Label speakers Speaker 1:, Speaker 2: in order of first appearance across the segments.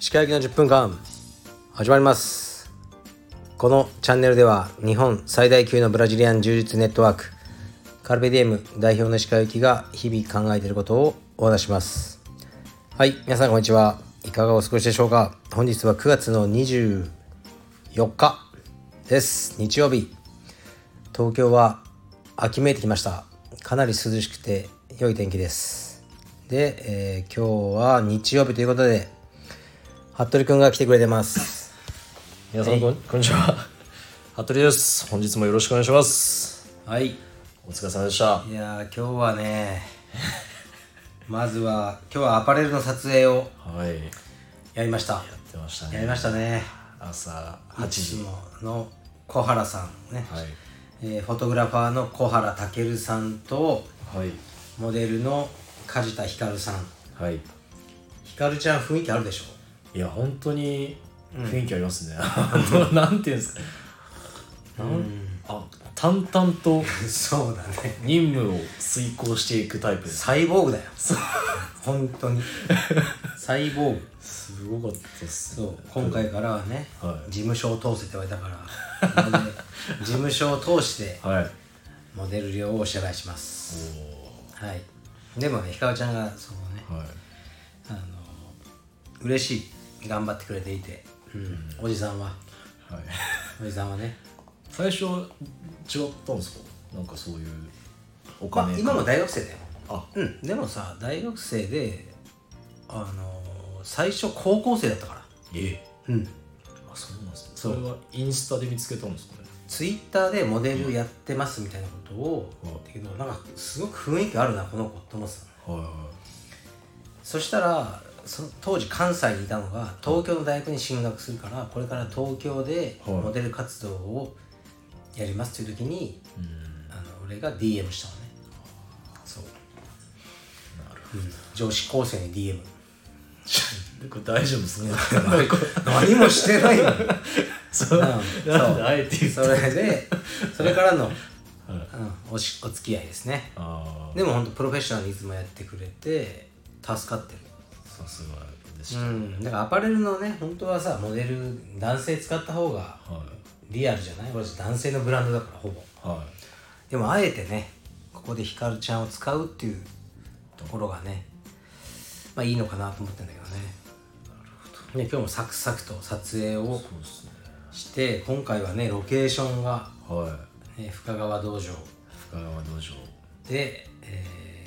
Speaker 1: 鹿焼きの10分間始まりますこのチャンネルでは日本最大級のブラジリアン柔術ネットワークカルベディエム代表の鹿行きが日々考えていることをお話ししますはい皆さんこんにちはいかがお過ごしでしょうか本日は9月の24日です日曜日東京は秋めいてきましたかなり涼しくて良い天気ですで、えー今日は日曜日ということで服部くんが来てくれてます
Speaker 2: 皆さんこんこんにちは 服部です本日もよろしくお願いします
Speaker 1: はいい
Speaker 2: お疲れ様でした
Speaker 1: やー今日はねまずは今日はアパレルの撮影を
Speaker 2: はい
Speaker 1: や
Speaker 2: や
Speaker 1: りました
Speaker 2: ってました
Speaker 1: や
Speaker 2: ね
Speaker 1: りましたね
Speaker 2: 朝8
Speaker 1: いつ
Speaker 2: 時
Speaker 1: もの小原さんね、
Speaker 2: はい
Speaker 1: えーフォトグラファーの小原健さんと
Speaker 2: はい
Speaker 1: モデルの梶田ひかるさん
Speaker 2: はい
Speaker 1: ひかるちゃん雰囲気あるでしょ
Speaker 2: いや本当に雰囲気ありますね、 あのなんていうんですかなんあ淡々と
Speaker 1: そうだね
Speaker 2: 任務を遂行していくタイプです
Speaker 1: サイボーグだよ本当 にサイボーグ
Speaker 2: すごかったっす
Speaker 1: そう今回からはね、
Speaker 2: はい
Speaker 1: 事務所を通せって言われたからなので事務所を通して
Speaker 2: はい
Speaker 1: モデル料をお支払いしますはいでもねひかおちゃんがそのね
Speaker 2: はい
Speaker 1: あの嬉しい頑張ってくれていて、うんおじさんは
Speaker 2: はい
Speaker 1: おじさんはね、
Speaker 2: 最初は違ったんですかなんかそういうお
Speaker 1: ま
Speaker 2: 金
Speaker 1: あ、今も大学生だよ
Speaker 2: あ
Speaker 1: うんでもさ大学生であの最初高校生だったから
Speaker 2: え
Speaker 1: うん
Speaker 2: あそうなんですね
Speaker 1: そ
Speaker 2: そうれはインスタで見つけたんですかね
Speaker 1: ツイッターでモデルやってますみたいなことを、
Speaker 2: うん
Speaker 1: だけどなんかすごく雰囲気あるなこの子って思ってたの
Speaker 2: はいはい
Speaker 1: そしたらその当時関西にいたのが東京の大学に進学するからこれから東京で
Speaker 2: はい
Speaker 1: モデル活動をやりますっていう時に
Speaker 2: うん
Speaker 1: あの俺が DM したのねそう、
Speaker 2: なる
Speaker 1: うん女子高生に DM
Speaker 2: ほど これ大丈夫ですね
Speaker 1: 何もしてないのに
Speaker 2: そうなん
Speaker 1: うん
Speaker 2: であえて言っ
Speaker 1: そ
Speaker 2: た
Speaker 1: れでそれからの、うん、おしお付き合いですね
Speaker 2: ああ
Speaker 1: でも本当プロフェッショナルにいつもやってくれて助かってる
Speaker 2: さすがでし
Speaker 1: うんだからアパレルのね本当はさモデル男性使った方が
Speaker 2: た、はい
Speaker 1: リアルじゃないこれ男性のブランドだからほぼ
Speaker 2: は
Speaker 1: でもあえてねここでひかるちゃんを使うっていうところがねまあいいのかなと思ってんだけどねね今日もサクサクと撮影を
Speaker 2: いそうですね
Speaker 1: して今回はねロケーションが、
Speaker 2: はい
Speaker 1: ね、深川道場
Speaker 2: 深川道場
Speaker 1: で、え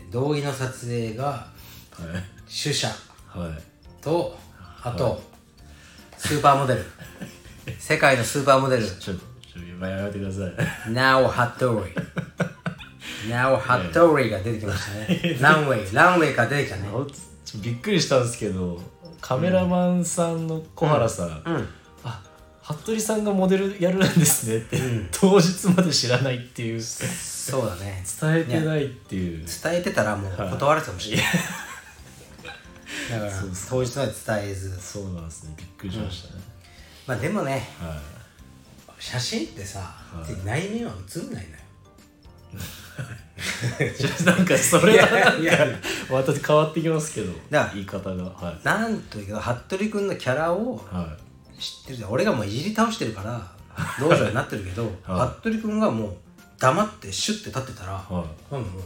Speaker 1: ー同意の撮影が
Speaker 2: はい
Speaker 1: 主者
Speaker 2: はい
Speaker 1: とあと、スーパーモデル世界のスーパーモデル
Speaker 2: ちょっとちょっと今やめてください
Speaker 1: Now ハトリ Now ハトリが出てきました ねランウェイランウェイから出てきたね
Speaker 2: あちょびっくりしたんですけどカメラマンさんの小原さん、
Speaker 1: うん
Speaker 2: あ服部さんがモデルやるんですねって、当日まで知らないっていう
Speaker 1: そうだね
Speaker 2: 伝えてないっていう
Speaker 1: 伝えてたらもう断られてたかもしれないだから
Speaker 2: そう
Speaker 1: 当日まで伝えず
Speaker 2: そうなんですねびっくりしましたね、
Speaker 1: まあでもね
Speaker 2: はい
Speaker 1: 写真ってさ、内面は映んないのよ
Speaker 2: ちょっとなんかそれはなんか
Speaker 1: いやいやいや
Speaker 2: また変わってきますけど
Speaker 1: だ
Speaker 2: 言い方がはい
Speaker 1: なんというけど服部君のキャラを
Speaker 2: は
Speaker 1: 知ってるじゃん俺がもういじり倒してる から道場になってるけど、
Speaker 2: は
Speaker 1: 服部君がもう黙ってシュッて立ってたら、
Speaker 2: いは
Speaker 1: なんかもう
Speaker 2: い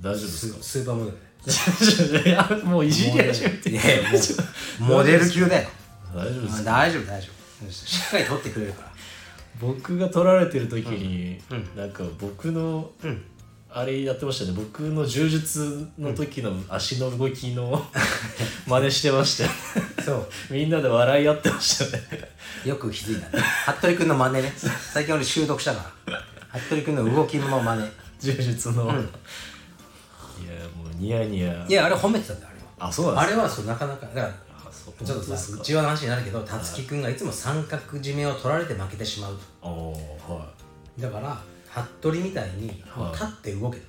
Speaker 2: 大丈夫です
Speaker 1: ス
Speaker 2: か
Speaker 1: スーパーモデルだよ
Speaker 2: ちょっといやもういじり始めて
Speaker 1: いやいやもうモデル級だよ
Speaker 2: 大丈夫で
Speaker 1: ま
Speaker 2: す
Speaker 1: あ
Speaker 2: か
Speaker 1: 大丈夫大丈夫しっかり撮ってくれるから
Speaker 2: 僕が撮られてる時に、
Speaker 1: うんうん
Speaker 2: なんか僕の
Speaker 1: うん
Speaker 2: あれやってましたね僕の柔術の時の足の動きの真似してましたよ
Speaker 1: そう
Speaker 2: みんなで笑い合ってましたね
Speaker 1: よく気づいたね服部君の真似ね最近俺習得したから服部君の動きの真似
Speaker 2: 柔術の、いやもうニヤニヤ
Speaker 1: いやあれ褒めてたんだよあれは
Speaker 2: あそうなん
Speaker 1: あ
Speaker 2: です
Speaker 1: れはそうなかなかだから
Speaker 2: かあそう
Speaker 1: ちょっと
Speaker 2: 本当です
Speaker 1: さ
Speaker 2: か
Speaker 1: うちわの話になるけど辰樹君がいつも三角締めを取られて負けてしまうと
Speaker 2: ああはい
Speaker 1: だから服部みたいに
Speaker 2: はい
Speaker 1: 立って動けと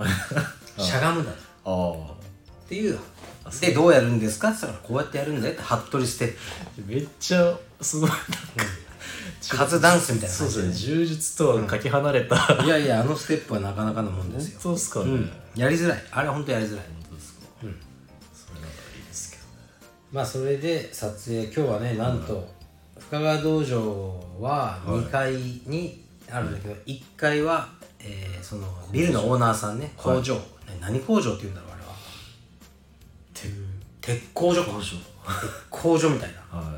Speaker 2: はい
Speaker 1: しゃがむだと
Speaker 2: ああ
Speaker 1: っていうでどうやるんですかって言ったらこうやってやるんだよって服部ス テップ
Speaker 2: めっちゃすごいなんか
Speaker 1: カズダンスみたいな
Speaker 2: そう
Speaker 1: 感
Speaker 2: で
Speaker 1: じ
Speaker 2: すね柔術とはかけ離れた、本
Speaker 1: いやいやあのステップはなかなかのもんですよ
Speaker 2: 当ですかね、
Speaker 1: うんやりづらいあれは本当やりづらい
Speaker 2: 本当ですか、それならいいですけどね
Speaker 1: まあそれで撮影今日はねなんと深川道場は2階にあるんだけど、1階は、えーそのビルのオーナーさんね工場、ね何工場って言うんだろうあれは鉄工所か鉄工所みたいな
Speaker 2: は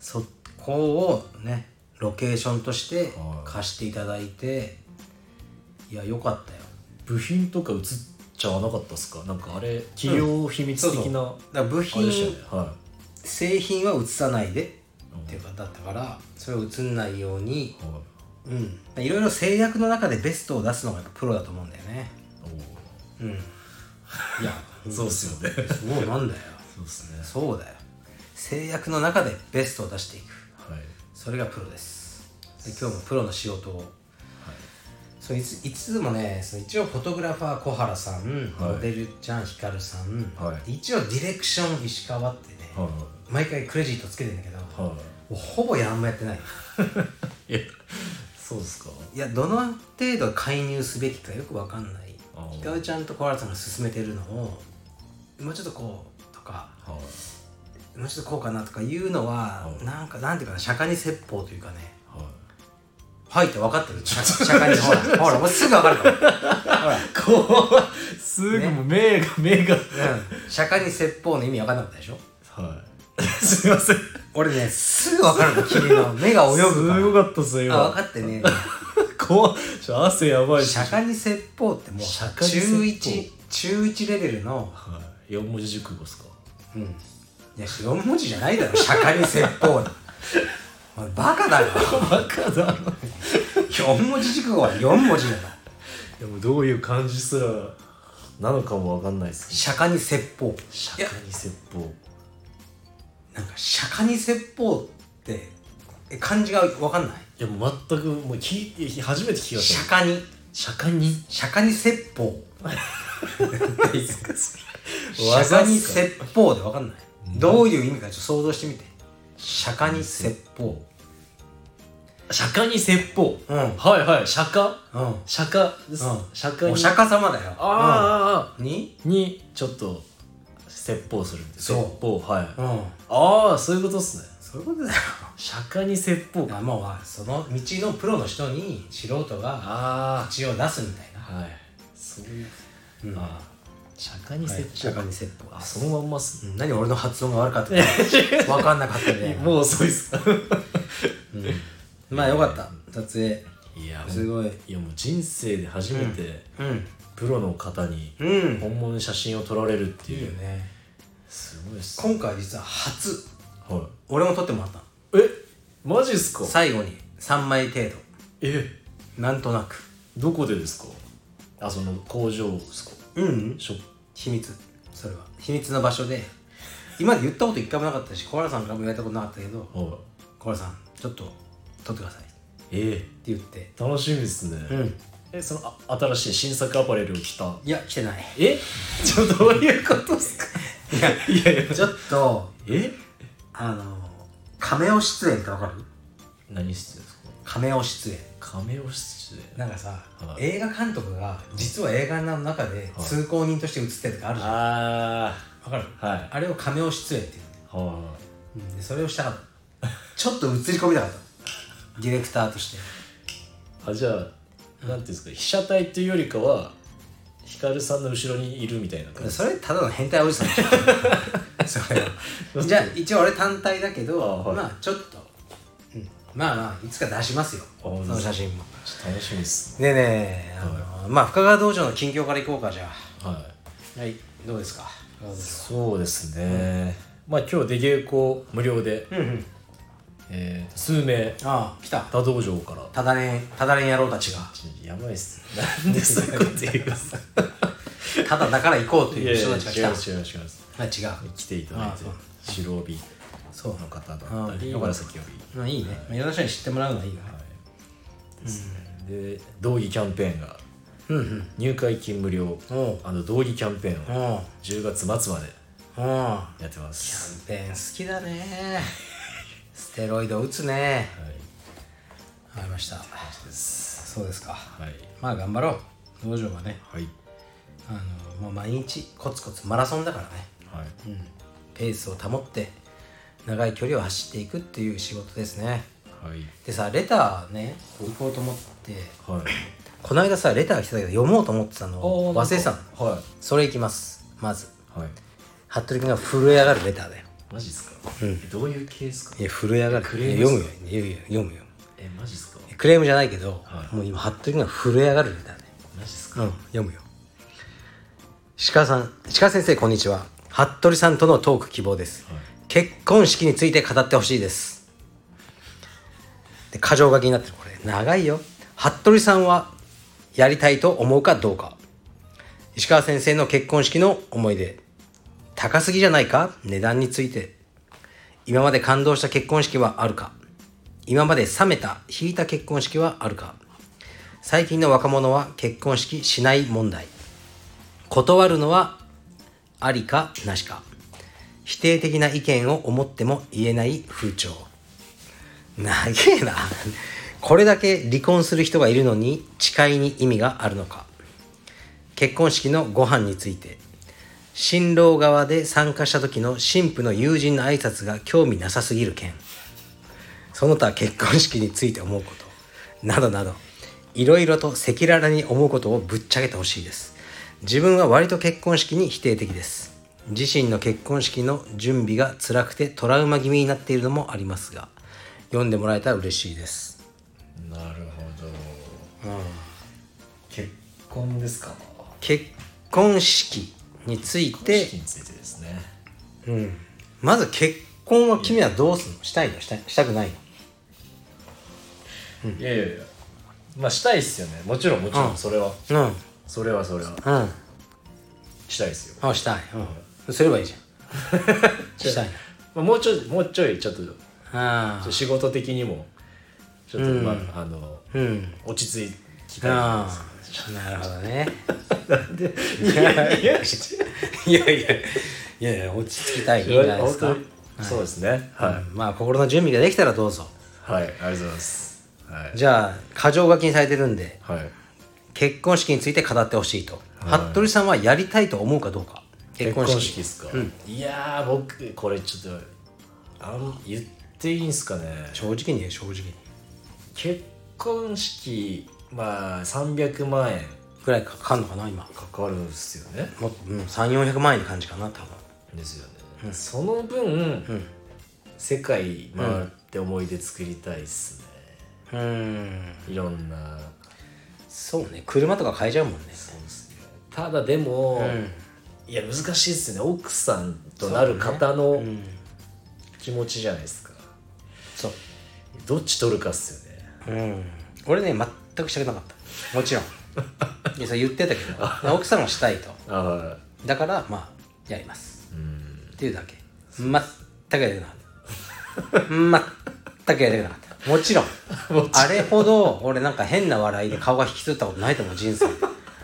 Speaker 1: そこをねロケーションとして
Speaker 2: はい
Speaker 1: 貸していただいていや良かったよ
Speaker 2: い部品とか映っちゃわなかったっすかなんかあれ企業秘密的な、
Speaker 1: だから部
Speaker 2: あれでしたよ
Speaker 1: 品
Speaker 2: ねは
Speaker 1: 製品は映さないでっていうかだったからそれを映んないように
Speaker 2: い、はい
Speaker 1: うんいろいろ制約の中でベストを出すのがやっぱプロだと思うんだよね
Speaker 2: お
Speaker 1: うんいや
Speaker 2: おそうっすよね
Speaker 1: そうなんだよ
Speaker 2: そうっすね
Speaker 1: そうだよ制約の中でベストを出していく
Speaker 2: はい
Speaker 1: それがプロですで今日もプロの仕事をそういついつもねその一応フォトグラファー小原さん、
Speaker 2: はい
Speaker 1: モデルちゃんひかるさん、
Speaker 2: は
Speaker 1: 一応ディレクション石川ってね、
Speaker 2: はい
Speaker 1: 毎回クレジットつけてんだけど、も
Speaker 2: は
Speaker 1: うほぼやんもやってない
Speaker 2: いいやそうっすか
Speaker 1: いやどの程度介入すべきかよくわかんない
Speaker 2: あー
Speaker 1: ひかるちゃんと小原さんが進めてるのをもうちょっとこうとか
Speaker 2: はい
Speaker 1: もうちょっとこうかなとかいうのは、
Speaker 2: はい
Speaker 1: なんかなんていうかな釈迦に説法というかね
Speaker 2: は
Speaker 1: はいって分かってる釈釈迦にほ らほらもうすぐ分かるから
Speaker 2: いこうすぐもう目が目が
Speaker 1: うん釈迦に説法の意味分かんなかったでしょ
Speaker 2: はいすいません
Speaker 1: 俺ねすぐ分かるの君の目が泳ぐ
Speaker 2: すご
Speaker 1: か
Speaker 2: かったっすね
Speaker 1: らあ分
Speaker 2: 今
Speaker 1: かって ね
Speaker 2: 怖っちょ汗やばいっす
Speaker 1: 釈迦に説法ってもう
Speaker 2: 釈迦に説
Speaker 1: 中
Speaker 2: 法
Speaker 1: 1中1レベルの
Speaker 2: はい四文字熟語っすか
Speaker 1: うんいや4文字じゃないだろ釈迦に 説法お前バカだろ
Speaker 2: バカだろ
Speaker 1: 4文字熟語は4文字だろ
Speaker 2: でもどういう感じすらなのかもわかんないっすね
Speaker 1: 釈迦に説法い
Speaker 2: 釈
Speaker 1: や
Speaker 2: 迦に説法
Speaker 1: なんか釈迦に説法ってえ漢字が分かんない
Speaker 2: いやもう全くもう聞いて初めて聞きました
Speaker 1: 釈迦に
Speaker 2: 釈迦に
Speaker 1: 釈迦に説法釈迦
Speaker 2: 技っ
Speaker 1: に
Speaker 2: すか
Speaker 1: 説法で分かんない、どういう意味かちょっと想像してみて釈迦に説法
Speaker 2: 釈迦に説法
Speaker 1: うんうん
Speaker 2: はいはい釈迦釈迦です
Speaker 1: うん
Speaker 2: 釈迦に
Speaker 1: お釈迦様だよ
Speaker 2: あああああ
Speaker 1: うんに
Speaker 2: あにちょっと説法するみたいな
Speaker 1: そう
Speaker 2: 説法はい
Speaker 1: うん
Speaker 2: ああそういうことっすね
Speaker 1: そういうことだよ
Speaker 2: 釈迦に説法
Speaker 1: だ
Speaker 2: か
Speaker 1: からもうまあその道のプロの人に素人が
Speaker 2: あ
Speaker 1: 口を出すみたい
Speaker 2: あ
Speaker 1: な、
Speaker 2: はいそういう
Speaker 1: うん
Speaker 2: ああ釈迦に
Speaker 1: はい
Speaker 2: 説
Speaker 1: 釈
Speaker 2: 法
Speaker 1: 迦に説法
Speaker 2: あそのまんまっすね
Speaker 1: うん何俺の発音が悪かった か分かんなかったね
Speaker 2: もう遅いっす
Speaker 1: うんまあよかった撮影
Speaker 2: いや
Speaker 1: すごい
Speaker 2: いやもう人生で初めて
Speaker 1: うん
Speaker 2: プロの方に
Speaker 1: うん
Speaker 2: 本物の写真を撮られるって
Speaker 1: いい
Speaker 2: い
Speaker 1: よ
Speaker 2: う
Speaker 1: ね
Speaker 2: すごいっす
Speaker 1: 今回実は初
Speaker 2: はい
Speaker 1: 俺も撮ってもらったの
Speaker 2: えマジっすか
Speaker 1: 最後に3枚程度
Speaker 2: え
Speaker 1: なんとなく
Speaker 2: どこでですかあその工場ですか
Speaker 1: うん
Speaker 2: ショッ
Speaker 1: 秘密それは秘密の場所で今まで言ったこと一回もなかったし小原さんからも言われたことなかったけど
Speaker 2: プはい
Speaker 1: 小原さんちょっと撮ってくださいって
Speaker 2: え
Speaker 1: 言って
Speaker 2: 楽しみですね、
Speaker 1: うん
Speaker 2: えそのあ新しい新作アパレルを着た
Speaker 1: いや来て ない
Speaker 2: えちょどういうことっすか
Speaker 1: いや
Speaker 2: いやいや
Speaker 1: ちょっと
Speaker 2: え
Speaker 1: あのカメオ出演ってわかる
Speaker 2: 何室ですか
Speaker 1: カメオ出演
Speaker 2: 亀尾室で
Speaker 1: なんかさ、
Speaker 2: はい
Speaker 1: 映画監督が実は映画の中で通行人として映ってるとかあるじゃん、
Speaker 2: あ
Speaker 1: わかる
Speaker 2: あはい
Speaker 1: あれをカメオ出演って言うんだよ
Speaker 2: は
Speaker 1: うんでそれをしたかったちょっと映り込みたかったディレクターとして
Speaker 2: いあじゃあなんていうんですか被写体というよりかはヒカルさんの後ろにいるみたいな感じ
Speaker 1: それただの変態おじさんじゃん それはじゃあ一応俺単体だけど
Speaker 2: あはい
Speaker 1: まあちょっと、うんまあまあいつか出しますよ
Speaker 2: あ
Speaker 1: その写真も
Speaker 2: ちょっと楽しみです
Speaker 1: でねあの、まあ深川道場の近況からいこうかじゃ
Speaker 2: はい
Speaker 1: あはいどうですか
Speaker 2: そうですね、まあ今日出稽古無料で、
Speaker 1: うんうん
Speaker 2: えー数名
Speaker 1: ああ来た
Speaker 2: 他道場から
Speaker 1: ただれんただれん野郎たちが
Speaker 2: やばいっすなんでそういうこと言うんですか
Speaker 1: ただだから行こうと
Speaker 2: い
Speaker 1: い
Speaker 2: や
Speaker 1: う
Speaker 2: いや
Speaker 1: 人
Speaker 2: 違
Speaker 1: た
Speaker 2: う
Speaker 1: ちが来た
Speaker 2: 違う違う
Speaker 1: あ違う
Speaker 2: 来ていただい
Speaker 1: あ
Speaker 2: て
Speaker 1: そう
Speaker 2: 白帯
Speaker 1: そう
Speaker 2: の方だったり
Speaker 1: あ
Speaker 2: 紫帯
Speaker 1: まあいいね、まあ、いろんな人に知ってもらうのはいいよね、
Speaker 2: で道着キャンペーンが
Speaker 1: うんうん
Speaker 2: 入会金無料
Speaker 1: おう
Speaker 2: あの道着キャンペーンを
Speaker 1: おう
Speaker 2: 10月末まで
Speaker 1: おう
Speaker 2: やってます、
Speaker 1: ペン好きだねステロイド打つね
Speaker 2: はい
Speaker 1: わかりました
Speaker 2: です
Speaker 1: そうですか
Speaker 2: はい
Speaker 1: まあ頑張ろう道場はね
Speaker 2: はい
Speaker 1: あのもう毎日コツコツマラソンだからね、
Speaker 2: はい
Speaker 1: うん、ペースを保って長い距離を走っていくっていう仕事ですね
Speaker 2: はい
Speaker 1: でさレターね行こうと思って
Speaker 2: はい
Speaker 1: この間さレター来てたけど読もうと思ってたのを忘れてたの
Speaker 2: は
Speaker 1: それいきますまず
Speaker 2: いはい
Speaker 1: 服部君が震え上がるレターだよ
Speaker 2: マジっすか、どういう系っすか
Speaker 1: いや震え上がる
Speaker 2: クレーム
Speaker 1: いや読むよいやいや読むよ
Speaker 2: えマジっすか
Speaker 1: クレームじゃないけど、
Speaker 2: はい
Speaker 1: もう今服部君が震え上がるレターね
Speaker 2: マジっす
Speaker 1: う
Speaker 2: か、
Speaker 1: ん読むよ鹿さん鹿先生こんにちは服部さんとのトーク希望です
Speaker 2: はい
Speaker 1: 結婚式について語ってほしいですで箇条書きになってるこれ長いよ服部さんはやりたいと思うかどうか石川先生の結婚式の思い出高すぎじゃないか値段について今まで感動した結婚式はあるか今まで冷めた引いた結婚式はあるか最近の若者は結婚式しない問題断るのはありかなしか否定的な意見を思っても言えない風潮長えなこれだけ離婚する人がいるのに誓いに意味があるのか結婚式のご飯について新郎側で参加した時の新婦の友人の挨拶が興味なさすぎる件その他結婚式について思うことなどなどいろいろと赤裸々に思うことをぶっちゃけてほしいです自分は割と結婚式に否定的です自身の結婚式の準備が辛くてトラウマ気味になっているのもありますが読んでもらえたら嬉しいです
Speaker 2: なるほど、結婚ですか
Speaker 1: 結婚式につい
Speaker 2: で
Speaker 1: て
Speaker 2: 式についてですね
Speaker 1: うん、まず結婚は君はどうするのしたいのしたいしたくないの
Speaker 2: いやいやいやまあしたいっすよねもちろんもちろ
Speaker 1: うん
Speaker 2: んそれは、
Speaker 1: うん
Speaker 2: それはそれは
Speaker 1: うん
Speaker 2: したいっすよ、
Speaker 1: あしたい、うん、すればいいじ ゃんしたいの
Speaker 2: まあ、もうちょいもうちょいちょっとちょ
Speaker 1: あ
Speaker 2: っと
Speaker 1: あ
Speaker 2: 仕事的にもちょっと、まああの
Speaker 1: うん
Speaker 2: 落ち着いきたい
Speaker 1: ああなるほど ね
Speaker 2: いやいやして
Speaker 1: いやいやいやいや落ち着きたいいいんじゃないですか、
Speaker 2: 本当にそうですねはい、
Speaker 1: うんまあ心の準備ができたらどうぞ
Speaker 2: はいありがとうございますはい
Speaker 1: じゃあ箇条書きにされてるんで
Speaker 2: はい
Speaker 1: 結婚式について語ってほしいと、服部さんはやりたいと思うかどうか結
Speaker 2: 結
Speaker 1: 婚
Speaker 2: 婚
Speaker 1: 式
Speaker 2: 式ですか、いやー僕これちょっとあん言っていいんすかね
Speaker 1: 正直に言え正直に
Speaker 2: 結婚式まあ300万円
Speaker 1: ぐらいかかるのかな今
Speaker 2: かかるんすよね
Speaker 1: もっと、うん、3400万円って感じかな多分
Speaker 2: ですよね、その分、世界回って思い出作りたいっすね、
Speaker 1: うーん
Speaker 2: いろんな
Speaker 1: そうね車とか買えちゃうもんね
Speaker 2: そうですねただでも、いや難しいっすね奥さんとなる方の気持ちじゃないですか、
Speaker 1: そう
Speaker 2: どっち取るかっすよね
Speaker 1: うん俺ね全くしたくなかったもち ろんいやそれ言ってたけ ど奥さんはしたいと
Speaker 2: あ
Speaker 1: だからまあやります
Speaker 2: あうん
Speaker 1: っていうだけ全くやりたくなかった全くやりたくなか ったもちろんあれほど俺なんか変な笑いで顔が引きつったことないと思う 人生で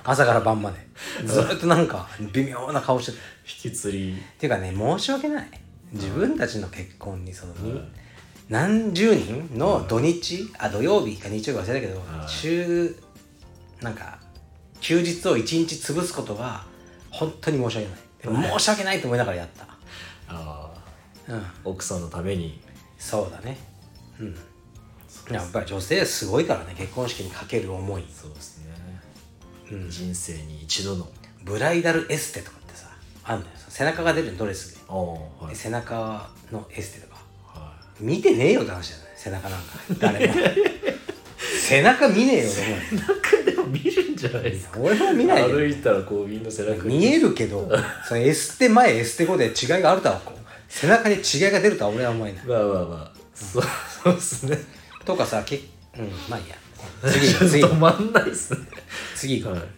Speaker 1: 朝から晩までずっとなんか微妙な顔してた
Speaker 2: 引きつり
Speaker 1: っていうかね申し訳ない自分たちの結婚にその、何十人の土日、あ土曜日か日曜日忘れたけど、週なんか休日を一日潰すことが本当に申し訳ないでも申し訳ないと思いながらやっ
Speaker 2: ああ
Speaker 1: た、うん、
Speaker 2: 奥さんのために
Speaker 1: そうだねうんやっぱり女性はすごいからね結婚式にかける思い
Speaker 2: そうですね、人生に一度の
Speaker 1: ブライダルエステとかってさあんのよ背中が出るドレスで
Speaker 2: ああは
Speaker 1: で
Speaker 2: い、
Speaker 1: 背中のエステとか
Speaker 2: は
Speaker 1: 見てねえよって話だよね背中なんか 誰も背中見ねえよ
Speaker 2: い、なんかでも見るんじゃないですか
Speaker 1: 俺も俺も見ないよ
Speaker 2: 歩いたらこうみんな背中に
Speaker 1: 見えるけどそのエステ前エステ後で違いがあるとはこう背中に違いが出るとは俺は思えない
Speaker 2: まあまあまあそうそうですね
Speaker 1: とかさけうんまあいいや次行こう次行
Speaker 2: 止
Speaker 1: こう
Speaker 2: まんないですね
Speaker 1: 次行こう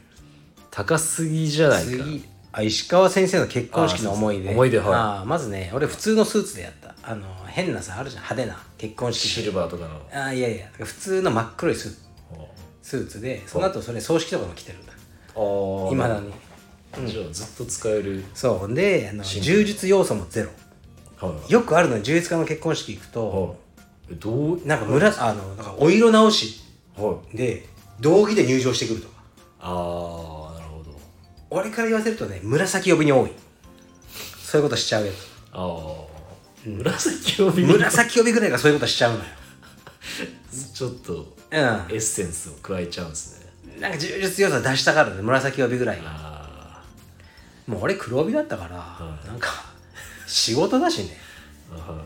Speaker 2: 高すぎじゃないか
Speaker 1: 次あ石川先生の結婚式の思い
Speaker 2: あ
Speaker 1: 出
Speaker 2: そうそう思い出はい
Speaker 1: あーまずね俺普通のスーツでやったあの変なさあるじゃん派手な結婚
Speaker 2: シ
Speaker 1: 式
Speaker 2: ルバーとかの
Speaker 1: あーいやいや普通の真っ黒いスースーツでその後それ葬式とかも着てるんだ
Speaker 2: ああ
Speaker 1: 今だに
Speaker 2: じゃあずっと使える
Speaker 1: そうであの柔術要素もゼロ
Speaker 2: はい
Speaker 1: よくあるのよ柔術家の結婚式行くと
Speaker 2: はいどう
Speaker 1: なんか村あのなんかお色直し
Speaker 2: はい
Speaker 1: で道着で入場してくるとか
Speaker 2: ああなるほど
Speaker 1: 俺から言わせるとね紫呼びに多いそういうことしちゃうやつ
Speaker 2: ああ紫帯に
Speaker 1: 紫帯ぐらいがそういうことしちゃうのよ
Speaker 2: ちょっと
Speaker 1: う
Speaker 2: エッセンスを加えちゃうんですね
Speaker 1: んなんか柔術要素出したからね紫帯ぐらいが
Speaker 2: あ
Speaker 1: もう俺黒帯だったから、なんか仕事だしね
Speaker 2: ーあ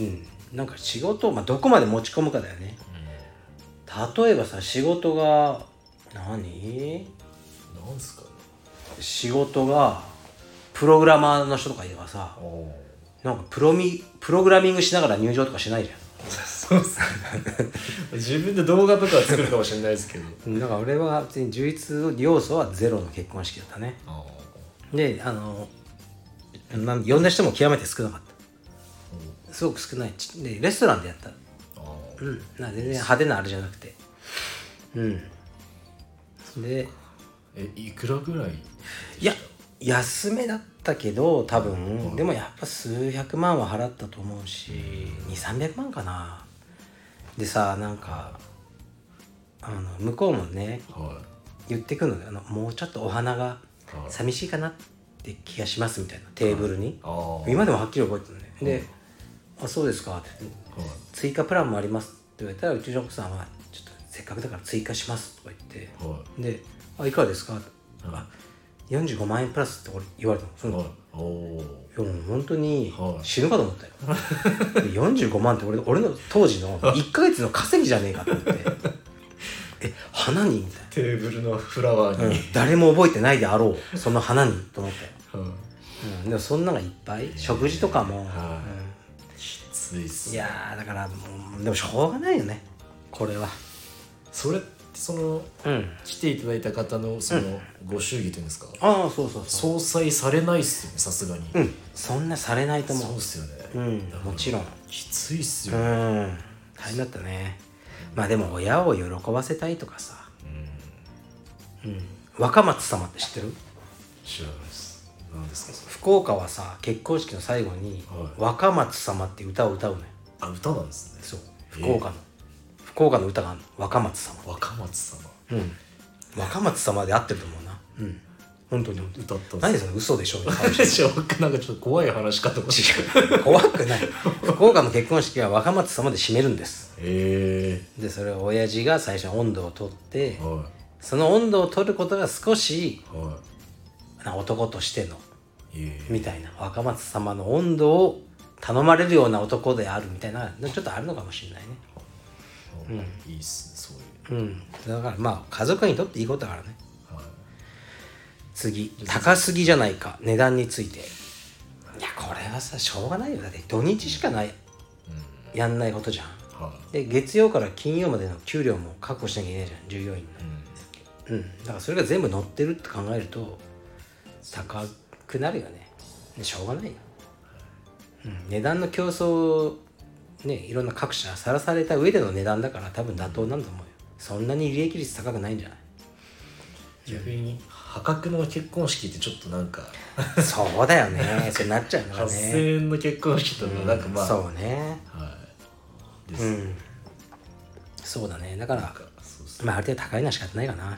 Speaker 1: うんなんか仕事を、まあ、どこまで持ち込むかだよね例えばさ仕事が何
Speaker 2: ーなんすか
Speaker 1: 仕事がプログラマーの人とかいればさ
Speaker 2: おお
Speaker 1: なんかプロミプログラミングしながら入場とかしないじゃ
Speaker 2: そうっすね自分で動画とかは作るかもしれないですけど
Speaker 1: んだから俺は別に充実要素はゼロの結婚式だったね
Speaker 2: あ
Speaker 1: であのなん呼んだ人も極めて少なかったすごく少ないちでレストランでやった
Speaker 2: あ
Speaker 1: う
Speaker 2: ー
Speaker 1: ん、な全然派手なあれじゃなくてうんで
Speaker 2: えいくらぐらい
Speaker 1: いや安めだったけど多分でもやっぱ数百万は払ったと思うし2300万かなでさなんかあの向こうもね
Speaker 2: は
Speaker 1: 言ってくるのよあのもうちょっとお花が
Speaker 2: はい
Speaker 1: 寂しいかなって気がしますみたいなテーブルに
Speaker 2: ああ
Speaker 1: 今でもはっきり覚えてるねで「あそうですか」って追加プランもありますって言われたらうちの奥さんは「ちょっとせっかくだから追加します」とか言って
Speaker 2: はいはい
Speaker 1: で「あいかがですか?」あ45万円プラス」って俺言われたのその、
Speaker 2: はいおお
Speaker 1: いやもう本当に
Speaker 2: はい
Speaker 1: 死ぬかと思ったよ で45万って俺俺の当時の1ヶ月の稼ぎじゃねえかと思 って「え花に?」みたい
Speaker 2: テーブルのフラワー
Speaker 1: な、う
Speaker 2: に、
Speaker 1: ん誰も覚えてないであろうその花にと思ったよ、
Speaker 2: はい
Speaker 1: うん、でもそんなのがいっぱい食事とかも、
Speaker 2: は
Speaker 1: うん
Speaker 2: きついっす
Speaker 1: いやーだからもうでもしょうがないよねこれは
Speaker 2: それってその
Speaker 1: うん
Speaker 2: 来ていただいた方のそのご祝儀というんですか、
Speaker 1: ああそうそうそう
Speaker 2: 相殺されないっすよねさすがに、
Speaker 1: うんそんなされないと
Speaker 2: そう
Speaker 1: 思
Speaker 2: っすよね、
Speaker 1: ううんもちろん
Speaker 2: きついっす
Speaker 1: う
Speaker 2: よ、
Speaker 1: ん
Speaker 2: ね
Speaker 1: 大変だったねまあでも親を喜ばせたいとかさ、うん、若松様って知ってる
Speaker 2: 知らないっす何ですかそれ
Speaker 1: 福岡はさ結婚式の最後に
Speaker 2: は
Speaker 1: 「若松様」って歌を歌うのよ
Speaker 2: あ歌なんですね
Speaker 1: そう
Speaker 2: えー
Speaker 1: 福岡の、福岡の歌があるの若松様
Speaker 2: 若松様
Speaker 1: うん若松様で合ってると思うなうん本当に本当に
Speaker 2: 歌ったん
Speaker 1: 何
Speaker 2: で
Speaker 1: それ嘘でしょみたいな顔して
Speaker 2: すか僕 なんかちょっと怖い話かと思 って
Speaker 1: 怖く ない福岡の結婚式は若松様で締めるんです
Speaker 2: へ
Speaker 1: でそれを親父が最初に温度を取って
Speaker 2: えは
Speaker 1: その温度を取ることが少し
Speaker 2: いは
Speaker 1: な男としての
Speaker 2: いええ
Speaker 1: みたいな若松様の温度を頼まれるような男であるみたいなちょっとあるのかもしれないね
Speaker 2: いいっすねそういう
Speaker 1: うんだからまあ家族にとっていいことだからね
Speaker 2: はい
Speaker 1: 次高すぎじゃないか値段についていやこれはさしょうがないよだって土日しかないやんないことじゃん
Speaker 2: は
Speaker 1: で月曜から金曜までの給料も確保しなきゃいけないじゃん従業員
Speaker 2: いうん
Speaker 1: のうんだからそれが全部乗ってるって考えると高くなるよねでしょうがないよ、うん、値段の競争ねいろんな各社さらされた上での値段だから多分妥当なんだと思うよそんなに利益率高くないん じゃない
Speaker 2: 逆に破格の結婚式ってちょっとなんか
Speaker 1: そうだよねそうなっちゃうからね
Speaker 2: 8000円の結婚式とかなんかまあ、
Speaker 1: そうね
Speaker 2: はいです、
Speaker 1: う
Speaker 2: なん
Speaker 1: んそうだねだから
Speaker 2: かそうっす
Speaker 1: まあある程度高いのは仕方ないかな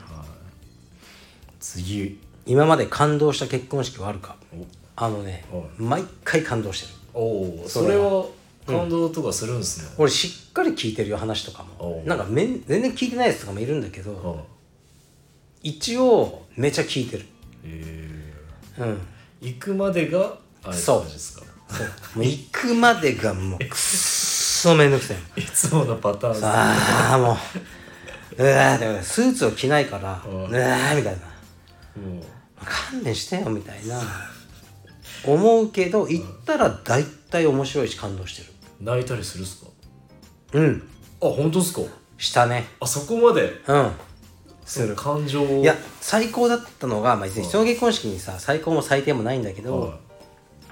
Speaker 2: 次
Speaker 1: 今まで感動した結婚式はあるかあのね、
Speaker 2: は
Speaker 1: 毎回感動してる
Speaker 2: おおーそれは感動とかするんですね、
Speaker 1: 俺しっかり聞いてるよ話とか
Speaker 2: お
Speaker 1: も
Speaker 2: う
Speaker 1: なんかめん全然聞いてないやつとかもいるんだけど
Speaker 2: はい
Speaker 1: 一応めちゃ聞いてる
Speaker 2: え
Speaker 1: うん
Speaker 2: ー行くまでがあれって
Speaker 1: そう
Speaker 2: 感じですか
Speaker 1: そうもう行くまでがもうくっそめんどくさいの
Speaker 2: いつものパターンです
Speaker 1: ああもううわースーツを着ないから
Speaker 2: う
Speaker 1: うんわーみたいな
Speaker 2: もう
Speaker 1: 勘弁してよみたいな思うけど行ったら大体面白いし感動して
Speaker 2: 泣いたりするっすか
Speaker 1: るうん
Speaker 2: あ本当っすか
Speaker 1: したね
Speaker 2: あそこまで
Speaker 1: うん
Speaker 2: その感情を
Speaker 1: いや最高だったのが、まあ、別に人の結婚式にさ最高も最低もないんだけど、
Speaker 2: は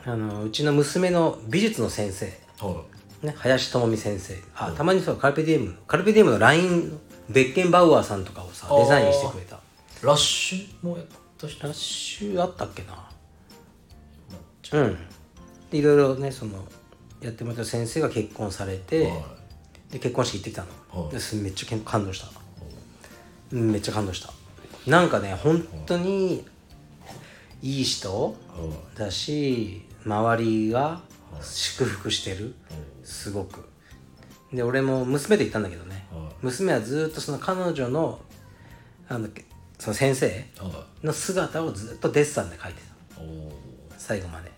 Speaker 1: あのうちの娘の美術の先生、
Speaker 2: いは
Speaker 1: ね、林智美先生あたまにそうカルペディウムカルペディウムの LINE ベッケンバウアーさんとかをさ
Speaker 2: あー
Speaker 1: デザインしてくれた
Speaker 2: いラッシュもやった人
Speaker 1: 来週あったっけな
Speaker 2: まあちょ
Speaker 1: うんでいろいろねそのやってもらった先生が結婚されて、
Speaker 2: は
Speaker 1: で結婚式行ってきたの、
Speaker 2: はい
Speaker 1: ですめっちゃ感動した、うんめっちゃ感動したなんかね本当にいい人
Speaker 2: おう
Speaker 1: だし周りが祝福してるすごくで俺も娘と行ったんだけどね
Speaker 2: はい
Speaker 1: 娘はずっとその彼女のあのその先生
Speaker 2: おう
Speaker 1: の姿をずっとデッサンで描いて
Speaker 2: おう
Speaker 1: た最後まで、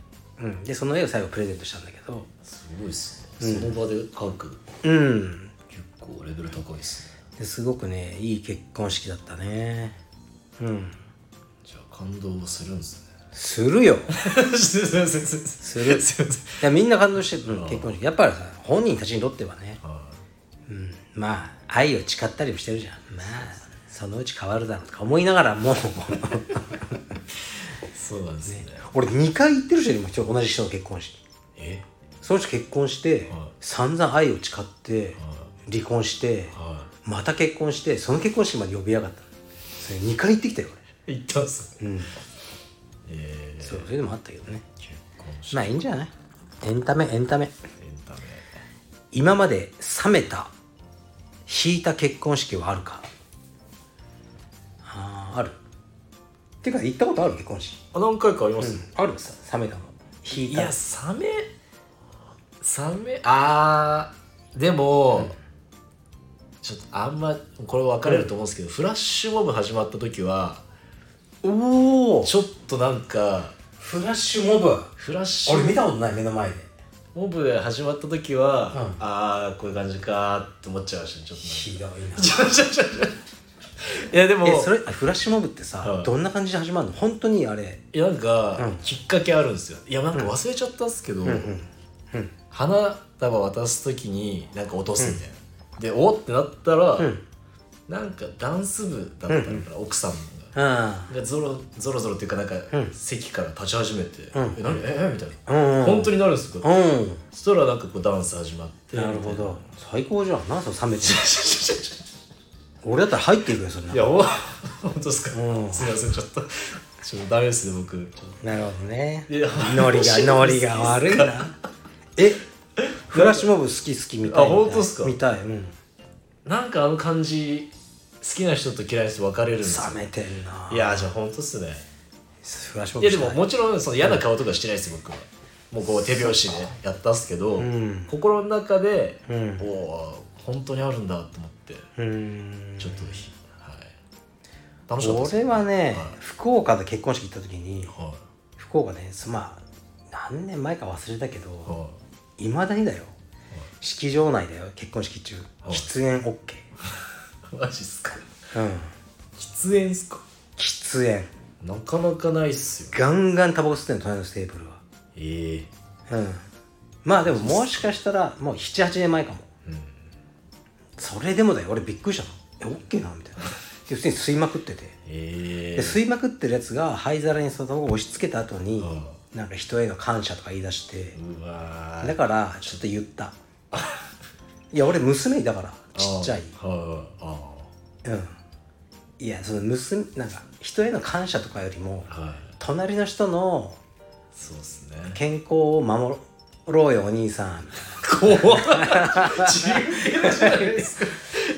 Speaker 1: うん、でその絵を最後プレゼントしたんだけど
Speaker 2: すごいっすねその場で書く
Speaker 1: うん
Speaker 2: 結構レベル高いっすね
Speaker 1: ですごくねいい結婚式だったねうん
Speaker 2: じゃあ感動はするんです ね
Speaker 1: するよ
Speaker 2: すいませんすいません
Speaker 1: する
Speaker 2: すいません
Speaker 1: いやみんな感動してる、うん結婚式やっぱりさ本人たちにとってはね、
Speaker 2: は
Speaker 1: うん、まあ愛を誓ったりもしてるじゃんまあそのうち変わるだろうとか思いながらもう
Speaker 2: いそうなんですね
Speaker 1: 俺2回行ってる人にも同じ人の結婚式
Speaker 2: え
Speaker 1: その人結婚して、
Speaker 2: はい
Speaker 1: 散々愛を誓って、離婚して、
Speaker 2: は
Speaker 1: また結婚してその結婚式まで呼びやがったのそれ2回行ってきたよ
Speaker 2: い行ったんす
Speaker 1: 俺、うん、
Speaker 2: えー
Speaker 1: そうそれでもあったけどね
Speaker 2: 結婚し
Speaker 1: まあいいんじゃないエンタメエンタメ
Speaker 2: エンタメ
Speaker 1: 今まで冷めた引いた結婚式はあるかあーあるてか行ったことある結婚式
Speaker 2: あ何回かあります
Speaker 1: あるさ冷めたの引
Speaker 2: い
Speaker 1: いた
Speaker 2: やサメサメあーでも、ちょっとあんまこれ分かれると思うんですけど、フラッシュモブ始まった時は
Speaker 1: おお
Speaker 2: ちょっとなんか
Speaker 1: フラッシュモブ
Speaker 2: フラッシ
Speaker 1: 俺
Speaker 2: ュ
Speaker 1: 見たことない目の前で
Speaker 2: モブ始まった時は、
Speaker 1: ん
Speaker 2: ああこういう感じかーって思っちゃいましたねちょっ
Speaker 1: ひどいな
Speaker 2: となんかちょちょちょちょいやでも
Speaker 1: えそれあフラッシュモブってさ、
Speaker 2: はい
Speaker 1: どんな感じで始まるの本当にあれ
Speaker 2: いやなんか、きっかけあるんですよいやなんか忘れちゃったんですけど、花束渡す時になんか落とすみたいな、でおってなったら、なんかダンス部だったのかな、奥さんが
Speaker 1: うん
Speaker 2: がゾロゾロゾロっていうかなんか、席から立ち始めて「え何ええみたいな、
Speaker 1: うん
Speaker 2: 本当になるんですよ、
Speaker 1: うん
Speaker 2: そしたらなんかこうダンス始まって
Speaker 1: なるほど最高じゃんなその冷めて
Speaker 2: い
Speaker 1: 俺だったら入っていくよそんな
Speaker 2: やお 本当ですか、
Speaker 1: うん
Speaker 2: すいませんちょっとちょっとダメですね僕ちょっと
Speaker 1: なるほどね
Speaker 2: いや
Speaker 1: ノリがノリが悪い なえフラッシュモブ好き好きみたい
Speaker 2: あ本当っすか
Speaker 1: みたいうん
Speaker 2: なんかあの感じ好きな人と嫌いな人分かれるんですよ
Speaker 1: 冷めてんない
Speaker 2: やじゃあ本当っすね
Speaker 1: フラッシュモブ
Speaker 2: いや
Speaker 1: し
Speaker 2: で
Speaker 1: か
Speaker 2: も
Speaker 1: ない
Speaker 2: もちろんその嫌な顔とかしてないです僕はもうこう手拍子でやったっすけど、
Speaker 1: ん
Speaker 2: 心の中で、
Speaker 1: ん
Speaker 2: おお本当にあるんだと思って
Speaker 1: うーん
Speaker 2: ちょっと、ひはい楽しかったです
Speaker 1: 俺はね
Speaker 2: はい
Speaker 1: 福岡で結婚式行った時に
Speaker 2: は
Speaker 1: 福岡ねそまあ何年前か忘れたけ
Speaker 2: い
Speaker 1: ど
Speaker 2: はい
Speaker 1: まだにだよ式場内だよ結婚式中
Speaker 2: はい
Speaker 1: 喫煙 OK
Speaker 2: いマジっすか
Speaker 1: うん
Speaker 2: 喫煙っすか
Speaker 1: 喫煙
Speaker 2: なかなかないっすよ
Speaker 1: ガンガンタバコ吸ってんの隣のテーブルは
Speaker 2: ええ
Speaker 1: うんまあでももしかしたらもう78年前かもそれでもだよ俺びっくりしたのえオッケーなのみたいなで普通に吸いまくっててで
Speaker 2: ええ
Speaker 1: 吸いまくってるやつが灰皿にその卵を押し付けた後に
Speaker 2: う
Speaker 1: なんか人への感謝とか言い出して
Speaker 2: うわー
Speaker 1: だからちょっと言ったいや俺娘だからちっちゃい
Speaker 2: あーはいあ
Speaker 1: うんいやその娘なんか人への感謝とかよりも
Speaker 2: ーはい
Speaker 1: 隣の人の
Speaker 2: そうっすね
Speaker 1: 健康を守ろうよお兄さん
Speaker 2: 怖い自由じゃないですか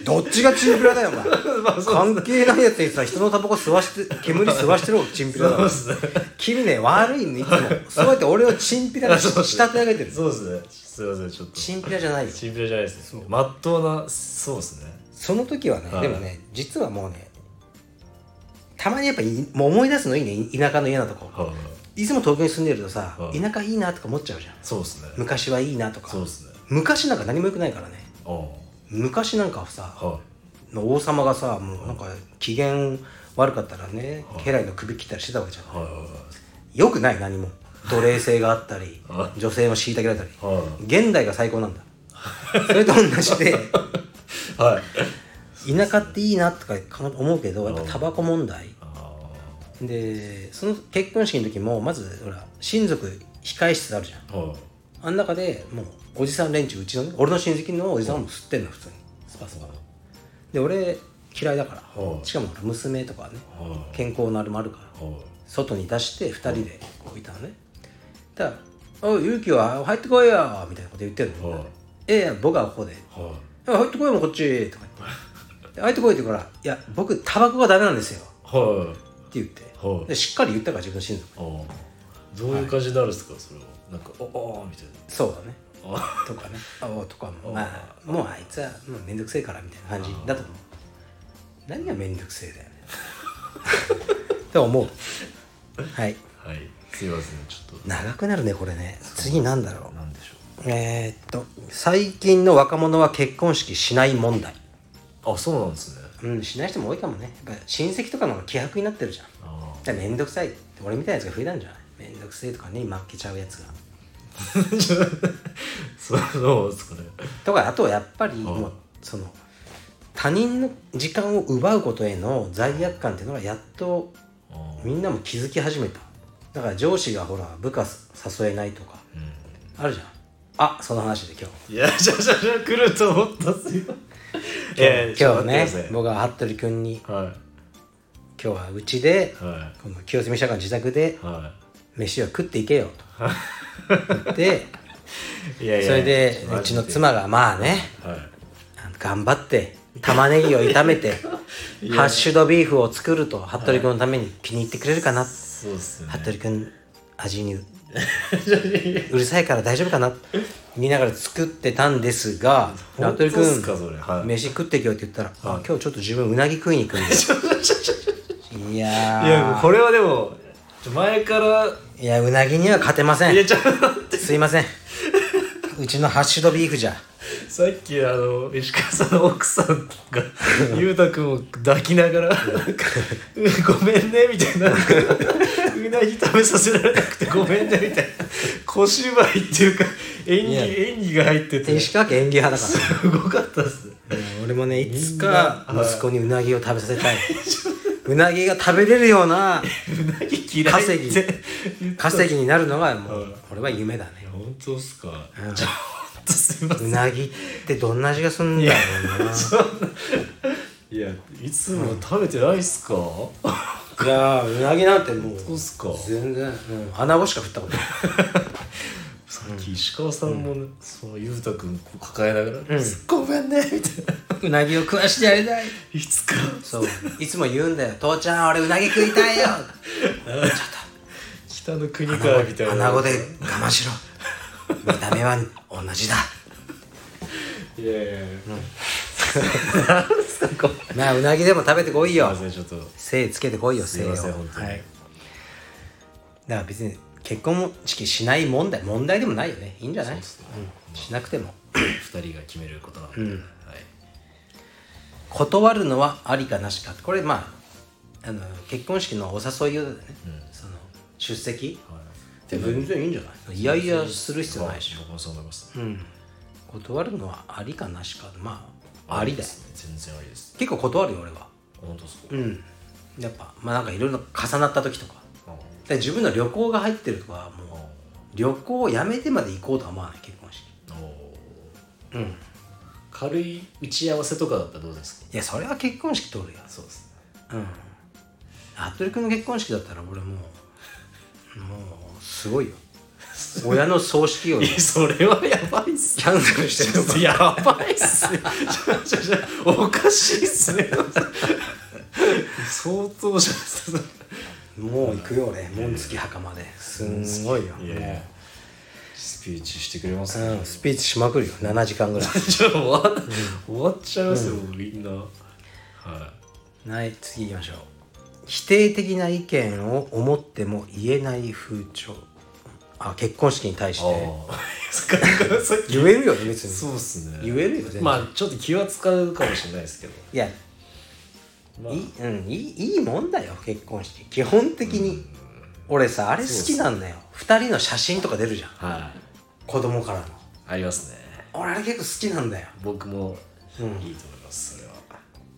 Speaker 1: どっちがチンピラだよお前
Speaker 2: まあそう
Speaker 1: 関係ないやつにさ人のタバコ吸わして煙吸わしてる方がチンピラだ
Speaker 2: そう
Speaker 1: ろ
Speaker 2: ですね
Speaker 1: 君ね悪いねい つもそうやって俺をチンピラに仕立て上げてる
Speaker 2: そうですねすいませんちょっと
Speaker 1: チンピラじゃないよ
Speaker 2: チンピラじゃないですねまっとうなそうですね
Speaker 1: その時はね、
Speaker 2: はい
Speaker 1: でもね実はもうねたまにやっぱいもう思い出すのいいねい田舎の嫌なとこ
Speaker 2: はい
Speaker 1: いつも東京に住んでるとさ、
Speaker 2: はい
Speaker 1: 田舎いいなとか思っちゃうじゃん
Speaker 2: そうですね
Speaker 1: 昔はいいなとか
Speaker 2: そうですね
Speaker 1: 昔なんか何も良くないからね
Speaker 2: あ
Speaker 1: 昔なんかはさ、
Speaker 2: あは
Speaker 1: の王様がさもうなんか機嫌悪かったらね、家来の首切ったりしてたわけじゃん
Speaker 2: いはいはい
Speaker 1: よくない何も奴隷性があったり
Speaker 2: は
Speaker 1: 女性を虐げられたり
Speaker 2: は
Speaker 1: 現代が最高なんだそれと同じで
Speaker 2: いはい
Speaker 1: 田舎っていいなとか思うけどやっぱタバコ問題
Speaker 2: あ
Speaker 1: でその結婚式の時もまずほら親族控え室あるじゃん
Speaker 2: あはい
Speaker 1: あん中でもうおじさん連中うちのね俺の親戚のおじさんも吸ってんの普通にスパスパで俺嫌いだから
Speaker 2: はい
Speaker 1: しかもほら娘とかね
Speaker 2: は
Speaker 1: 健康のあれもあるから
Speaker 2: いはい
Speaker 1: 外に出して2人でこういたのねだから「おい勇気は入ってこいよ」みたいなこと言ってるの、
Speaker 2: はい
Speaker 1: いやいや僕はここで
Speaker 2: は
Speaker 1: 「入ってこいもんこっち」とか言って「入ってこい」って言うから「いや僕タバコがダメなんですよ」
Speaker 2: いはい
Speaker 1: って言って
Speaker 2: はい
Speaker 1: でしっかり言ったから自分の親族
Speaker 2: あーどういう感じになるんですか、それはなんか「おお」みたい
Speaker 1: そうだね
Speaker 2: なあ
Speaker 1: とかねあおとかもまあもうあいつはもうめんどくせえからみたいな感じだと思う何がめんどくせえだよね と思うはい
Speaker 2: ーはいすいませんちょっ
Speaker 1: 長くなるねこれね次なんだろ
Speaker 2: となんでしょ
Speaker 1: うえー、っと最近の若者は結婚式しない問題
Speaker 2: うあそうなんですね
Speaker 1: うんしない人も多いかもねやっぱ親戚とかの方が希薄になってるじゃん
Speaker 2: あ
Speaker 1: だからめんどくさいって俺みたいなやつが増えたんじゃないめんどくせえとかね負けちゃうやつが
Speaker 2: あちょっと そうどうですかね
Speaker 1: とかあとはやっぱり
Speaker 2: ん
Speaker 1: もうその他人の時間を奪うことへの罪悪感っていうのがやっと
Speaker 2: あー
Speaker 1: みんなも気づき始めただから上司がほら部下誘えないとか
Speaker 2: うん
Speaker 1: あるじゃんあその話で今日
Speaker 2: いやじゃじゃじゃ来ると思ったっす よええ
Speaker 1: 今日ね
Speaker 2: ちょっと待ってください
Speaker 1: 僕は服部君に
Speaker 2: はい
Speaker 1: 今日はうちで
Speaker 2: は
Speaker 1: この清澄社会の自宅で
Speaker 2: いは
Speaker 1: 飯を食っていけよと言 って
Speaker 2: いいやいや
Speaker 1: それでうちの妻がまあね
Speaker 2: は
Speaker 1: 頑張って玉ねぎを炒めて
Speaker 2: いや
Speaker 1: ハッシュドビーフを作ると服部君のために気に入ってくれるかない
Speaker 2: そうっすね
Speaker 1: 服部君味に うるさいから大丈夫かなって見ながら作ってたんですが服
Speaker 2: 本当
Speaker 1: 部
Speaker 2: っすか
Speaker 1: 君
Speaker 2: それはい
Speaker 1: 飯食ってきよって言ったら「あ今日ちょっと自分うなぎ食いに行くんで」いや
Speaker 2: いや
Speaker 1: ー
Speaker 2: これはでもちょ前から
Speaker 1: いやうなぎには勝てませ
Speaker 2: いや
Speaker 1: ん
Speaker 2: ちょっと待って
Speaker 1: すいませんうちのハッシュドビーフじゃ
Speaker 2: さっきあの石川さんの奥さんが裕太君を抱きながら「なんかうんごめんね」みたいななんか「うなぎ食べさせられなくてごめんね」みたいな小芝居っていうか演
Speaker 1: いや
Speaker 2: 技演技が入ってて
Speaker 1: 石川県演技派だから
Speaker 2: すごかったっすね
Speaker 1: いや俺もねいつか息子にうなぎを食べさせ たいうなぎが食べれるよう な
Speaker 2: うなぎ嫌いって
Speaker 1: 稼ぎ稼ぎになるのがも
Speaker 2: う
Speaker 1: うん俺は夢だね
Speaker 2: 本当っすか、
Speaker 1: うん
Speaker 2: ちょっとすいません
Speaker 1: うなぎってどんな味がするんだろうない
Speaker 2: やいつも食べてないっす
Speaker 1: い
Speaker 2: か、
Speaker 1: やーうなぎなんてもう
Speaker 2: そうっすか
Speaker 1: 全然うん穴子しか振ったことない
Speaker 2: さっき石川さんも、ねその裕太君こう抱えながら「ごめんね」みたいな
Speaker 1: うなぎを食わしてやりたい
Speaker 2: 「いつか
Speaker 1: そういつも言うんだよ父ちゃん俺うなぎ食いたい よ
Speaker 2: 北の国から」みたいな
Speaker 1: 穴子で我慢しろ見た目は同じだ
Speaker 2: いやいやいや
Speaker 1: まあうなぎでも食べてこいよ
Speaker 2: すいませんちょっと
Speaker 1: 精つけてこいよ
Speaker 2: すい
Speaker 1: 精を
Speaker 2: ません本当に、
Speaker 1: はいだから別に結婚式しない問題問題でもないよねいいんじゃない
Speaker 2: そうっすね
Speaker 1: うんしなくても
Speaker 2: 二人が決めることなんで、はい
Speaker 1: 断るのはありかなしかこれまああの結婚式のお誘いようだよね、その出席
Speaker 2: はい
Speaker 1: 全然いいんじゃないいやいやする必要ないし、
Speaker 2: 僕もそう思います、
Speaker 1: うん、断るのはありかなしかまあありだよ
Speaker 2: 全然ありです
Speaker 1: 結構断るよ俺は
Speaker 2: 本当っすか、
Speaker 1: うんやっぱまあなんかいろいろ重なった時とか
Speaker 2: あ
Speaker 1: で自分の旅行が入ってるとかはもう旅行をやめてまで行こうとは思わない結婚式
Speaker 2: あお
Speaker 1: うん
Speaker 2: 軽い打ち合わせとかだったらどうですか
Speaker 1: いやそれは結婚式通るや
Speaker 2: そうです
Speaker 1: う
Speaker 2: ね
Speaker 1: ん服部君の結婚式だったら俺もうもうすごいよ親の葬式を キ
Speaker 2: えそれはやばいっす
Speaker 1: ャンセルしてる
Speaker 2: やばいっすね。ちょちょちょおかしいっす ね。相当じゃ
Speaker 1: もう行くよ俺紋付き墓まですんごいよ
Speaker 2: いやいやスピーチしてくれます
Speaker 1: もう
Speaker 2: ね
Speaker 1: う。んスピーチしまくるよ7時間ぐらい
Speaker 2: ちょ終わ終わっちゃいますよ、みんな。はい。
Speaker 1: はい次行きましょう否定的な意見を思っても言えない風潮あ結婚式に対し
Speaker 2: あ
Speaker 1: て
Speaker 2: あ。さっき
Speaker 1: 言えるよね別に
Speaker 2: そうっすね。
Speaker 1: 言えるよ全然
Speaker 2: まあちょっと気は使うかもしれないですけど。
Speaker 1: いや、
Speaker 2: まあ
Speaker 1: いいうん、いいいいもんだよ結婚式基本的に、俺さあれ好きなんだよ2人の写真とか出るじゃん
Speaker 2: はい。
Speaker 1: 子供からの
Speaker 2: ありますね。
Speaker 1: 俺あれ結構好きなんだよ
Speaker 2: 僕も
Speaker 1: う
Speaker 2: いいと
Speaker 1: ん
Speaker 2: 思います、それは。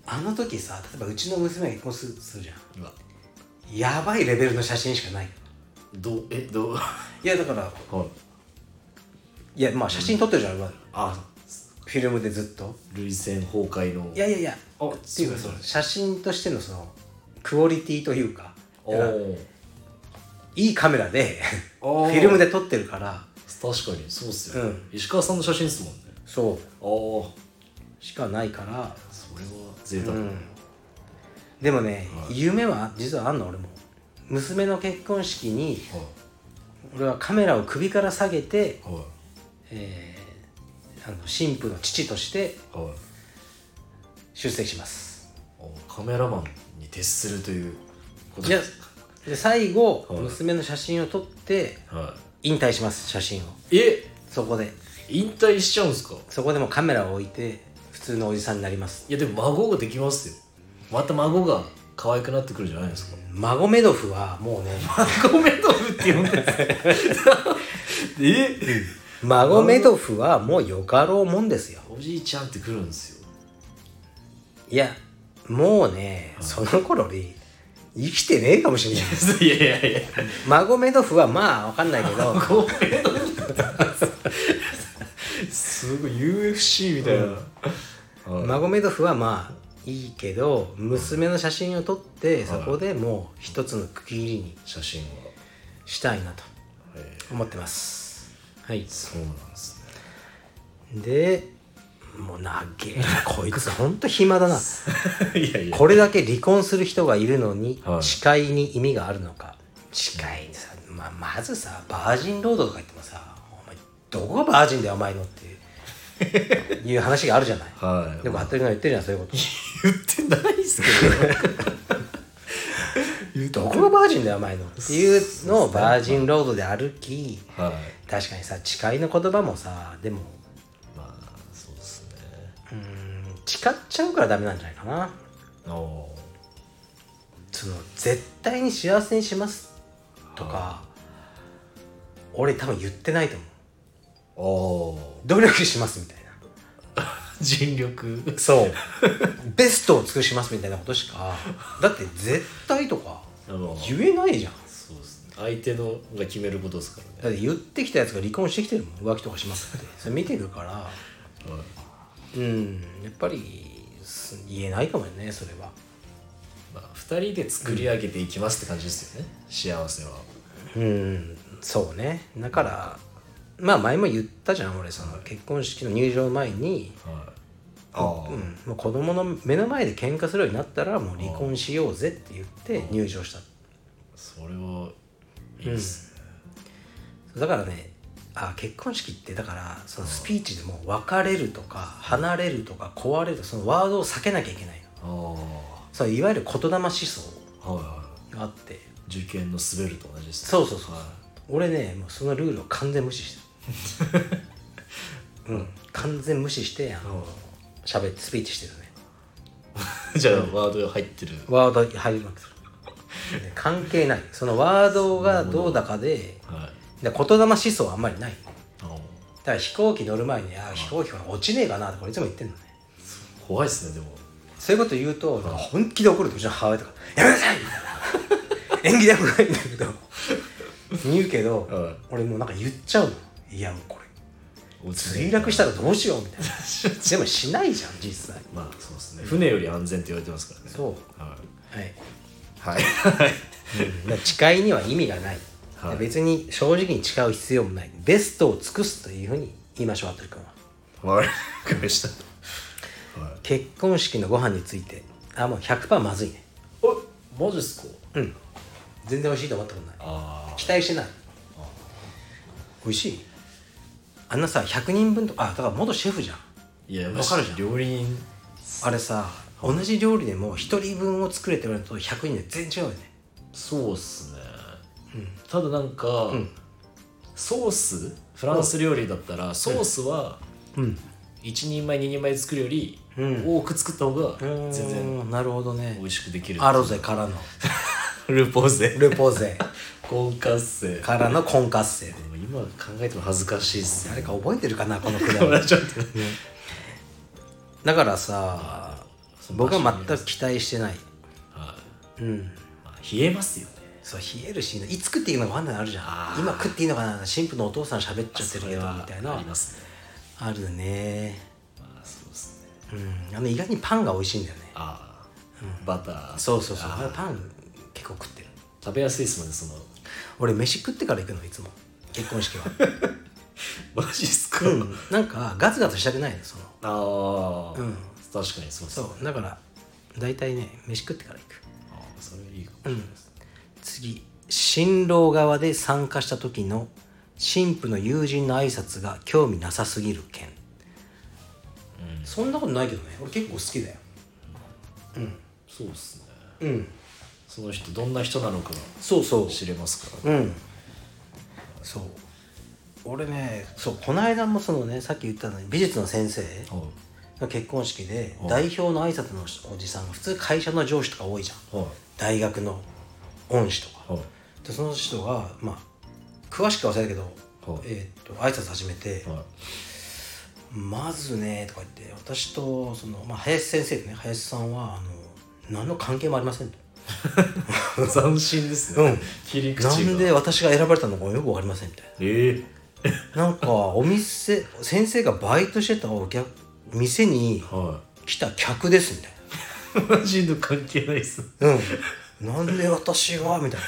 Speaker 1: あの時さ例えばうちの娘が結婚するするじゃん
Speaker 2: うわ
Speaker 1: やばいレベルの写真しかない
Speaker 2: どう、え、 どう。はい
Speaker 1: やだから
Speaker 2: い。
Speaker 1: いやまあ写真撮ってるじゃん、今
Speaker 2: あ、
Speaker 1: フィルムでずっと
Speaker 2: 涙腺崩壊の。
Speaker 1: いやいやいや
Speaker 2: あ
Speaker 1: っていうかそ
Speaker 2: そ
Speaker 1: の
Speaker 2: うなんだ
Speaker 1: 写真としてのそのクオリティというか
Speaker 2: お
Speaker 1: だから
Speaker 2: ー
Speaker 1: いいカメラでフ
Speaker 2: おー
Speaker 1: ィルムで撮ってるから
Speaker 2: 確かにそうっすよ、ね
Speaker 1: うん
Speaker 2: 石川さんの写真ですもんね
Speaker 1: そう
Speaker 2: ああ
Speaker 1: しかないから
Speaker 2: それは贅沢、
Speaker 1: うんでもね、夢は実はあんの俺も娘の結婚式に
Speaker 2: はい
Speaker 1: 俺はカメラを首から下げて、
Speaker 2: はい
Speaker 1: えーあの新婦の父として
Speaker 2: はい
Speaker 1: 出席します
Speaker 2: おカメラマンに徹するということ
Speaker 1: いや
Speaker 2: です
Speaker 1: で最後、
Speaker 2: はい
Speaker 1: 娘の写真を撮って
Speaker 2: は
Speaker 1: 引退します写真を
Speaker 2: いえ
Speaker 1: そこで
Speaker 2: 引退しちゃうんですか
Speaker 1: そこでもうカメラを置いて普通のおじさんになります
Speaker 2: いやでも孫ができますよまた孫が可愛くなってくるじゃないです か
Speaker 1: 孫メドフはもう ね
Speaker 2: 孫メドフって呼んでるえ、
Speaker 1: 孫メドフはもうよかろうもんですよ
Speaker 2: おじいちゃんって来るんですよ
Speaker 1: いやもうねその頃に生きてねえかもしれない
Speaker 2: いやいやいや
Speaker 1: 孫メドフはまあわかんないけ ど
Speaker 2: 孫メドフすごい UFC みたいな、はい
Speaker 1: マゴメドフはまあいいけど娘の写真を撮ってそこでもう一つの区切りに
Speaker 2: 写真は、
Speaker 1: したいなと
Speaker 2: え
Speaker 1: 思ってますはい
Speaker 2: そうなんですね
Speaker 1: でもう長えなこ いつほんと暇だな
Speaker 2: いやいや
Speaker 1: これだけ離婚する人がいるのに
Speaker 2: はい
Speaker 1: 誓いに意味があるのか誓いにさ、まあ、まずさバージンロードとか言ってもさ「お前どこがバージンだよお前の」っていういう話があるじゃ ない
Speaker 2: はい
Speaker 1: でも服部が言ってるじゃんそういうこと
Speaker 2: 言ってないっすけど言う
Speaker 1: どこがバージンだよお前の っていうのをバージンロードで歩き
Speaker 2: はい
Speaker 1: 確かにさ誓いの言葉もさでも
Speaker 2: まあそうですね
Speaker 1: うーん誓っちゃうからダメなんじゃないかな
Speaker 2: おお
Speaker 1: その絶対に幸せにしますとか俺多分言ってないと思う
Speaker 2: ーお
Speaker 1: 努力しますみたいな
Speaker 2: ー尽力
Speaker 1: そう ベストを尽くしますみたいなことしかだって絶対とか
Speaker 2: そう
Speaker 1: 言えないじゃん
Speaker 2: ですね相手のが決めることですからね
Speaker 1: だって言ってきたやつが離婚してきてるもん浮気とかしますってそれ見てるから
Speaker 2: はい
Speaker 1: うんやっぱりす言えないかもねそれは
Speaker 2: まあ二人で作り上げていきますって感じですよね幸せは
Speaker 1: うんそうねだからまあ前も言ったじゃん俺その結婚式の入場前に、
Speaker 2: はいああ
Speaker 1: うん、もう子供の目の前で喧嘩するようになったらもう離婚しようぜって言って入場した
Speaker 2: それはいいっすね
Speaker 1: だからねあ結婚式ってだからそのスピーチでもう別れるとか離れるとか壊れるそのワードを避けなきゃいけないの
Speaker 2: ああ
Speaker 1: そういわゆる言霊思想
Speaker 2: はいは
Speaker 1: があって
Speaker 2: い受験の滑ると同じです
Speaker 1: そうそうそう
Speaker 2: はい
Speaker 1: 俺ねもうそのルールを完全無視 してるうん完全無視してあの喋ってスピーチしてるね
Speaker 2: じゃあワード入ってる
Speaker 1: ワード入りまくるで関係ないそのワードがどうだかで
Speaker 2: はい
Speaker 1: で言霊思想はあんまりない
Speaker 2: ああ
Speaker 1: だから飛行機乗る前にあ飛行機から落ちねえかなとかいつも言ってんのね
Speaker 2: 怖いっすねでも
Speaker 1: そういうこと言うとなんか本気で怒るとうちの母親とか「やめなさい!」 みたいな演技でもないんだけど言うけど、
Speaker 2: はい
Speaker 1: 俺もうなんか言っちゃうのいやもうこれ墜
Speaker 2: 墜
Speaker 1: 落したらどうしようみ たいなでもしないじゃん実際
Speaker 2: まあそうですね船より安全って言われてますからね
Speaker 1: そう
Speaker 2: は
Speaker 1: はい、
Speaker 2: い
Speaker 1: だから誓いには意味がない、
Speaker 2: はい
Speaker 1: で別に正直に誓う必要もないベストを尽くすというふうに言いましょう服部君は
Speaker 2: わかりましたはい
Speaker 1: 結婚式のご飯についてあもう100%まずいね
Speaker 2: えマジっすか
Speaker 1: うん全然美味しいと思ったことない
Speaker 2: あ
Speaker 1: 期待してない美味しいあんなさ100人分とかあだから元シェフじゃん
Speaker 2: いや
Speaker 1: わかるじゃん
Speaker 2: 料理人
Speaker 1: あれさ同じ料理でも1人分を作れって言われると100人で全然違うよね
Speaker 2: そうっすね、ただなんか、ソースフランス料理だったらソースは
Speaker 1: うん
Speaker 2: 1人前2人前作るより
Speaker 1: うん
Speaker 2: 多く作った方が全然
Speaker 1: なるほどね
Speaker 2: 美味しくできる
Speaker 1: アロゼからの
Speaker 2: ルポーゼ
Speaker 1: ルポーゼ
Speaker 2: 婚活生
Speaker 1: からの婚活生
Speaker 2: でも今考えても恥ずかしいっすね
Speaker 1: 誰か覚えてるかなこのく だ
Speaker 2: これ
Speaker 1: り
Speaker 2: はちょっと
Speaker 1: だからさ僕は全く期待してない
Speaker 2: はい
Speaker 1: うん
Speaker 2: まあ冷えますよね
Speaker 1: そう冷えるしいつ食っていいのか分かんないのあるじゃん今食っていいのかな新婦のお父さん喋っちゃってるけどみたい
Speaker 2: あ
Speaker 1: な
Speaker 2: りますね
Speaker 1: あるね
Speaker 2: まあそうですね
Speaker 1: うんあの意外にパンが美味しいんだよね
Speaker 2: ああバター
Speaker 1: そうそうそう俺パン結構食ってる
Speaker 2: 食べやすいですもんねその
Speaker 1: 俺飯食ってから行くのいつも結婚式は
Speaker 2: マジっすか、
Speaker 1: うんなんかガツガツしたくないのその
Speaker 2: ああ、
Speaker 1: うん
Speaker 2: 確かにそうっすね
Speaker 1: そうだから大体ね飯食ってから行く
Speaker 2: ああそれいいかもしれないですね、
Speaker 1: つ次新郎側で参加した時の新婦の友人の挨拶が興味なさすぎる件、そんなことないけどね俺結構好きだよ
Speaker 2: そうっすね
Speaker 1: うん
Speaker 2: その人どんな人なのか
Speaker 1: そうそう
Speaker 2: が知れますか
Speaker 1: う
Speaker 2: ら、
Speaker 1: んそう俺ねそうこの間もそのねさっき言ったのに美術の先生
Speaker 2: は
Speaker 1: の結婚式で
Speaker 2: は
Speaker 1: 代
Speaker 2: い
Speaker 1: 表の挨拶のおじさんが普通会社の上司とか多いじゃん
Speaker 2: いは
Speaker 1: 大学の恩師とか
Speaker 2: いはい
Speaker 1: でその人がまあ詳しくは忘れたけど、
Speaker 2: はい
Speaker 1: えーっと挨拶始めて
Speaker 2: は
Speaker 1: 「
Speaker 2: い
Speaker 1: まずね」とか言って私とその、まあ、林先生とね林さんはあの何の関係もありませんと。
Speaker 2: 斬新です
Speaker 1: う
Speaker 2: ね、
Speaker 1: ん
Speaker 2: 切り口が
Speaker 1: なんで私が選ばれたのかよくわかりませんみたいな。
Speaker 2: ええ
Speaker 1: なんかお店先生がバイトしてたお客店に
Speaker 2: は
Speaker 1: 来た客ですみたい
Speaker 2: いマジの関係ないっす
Speaker 1: な「うんなんで私が?」みたい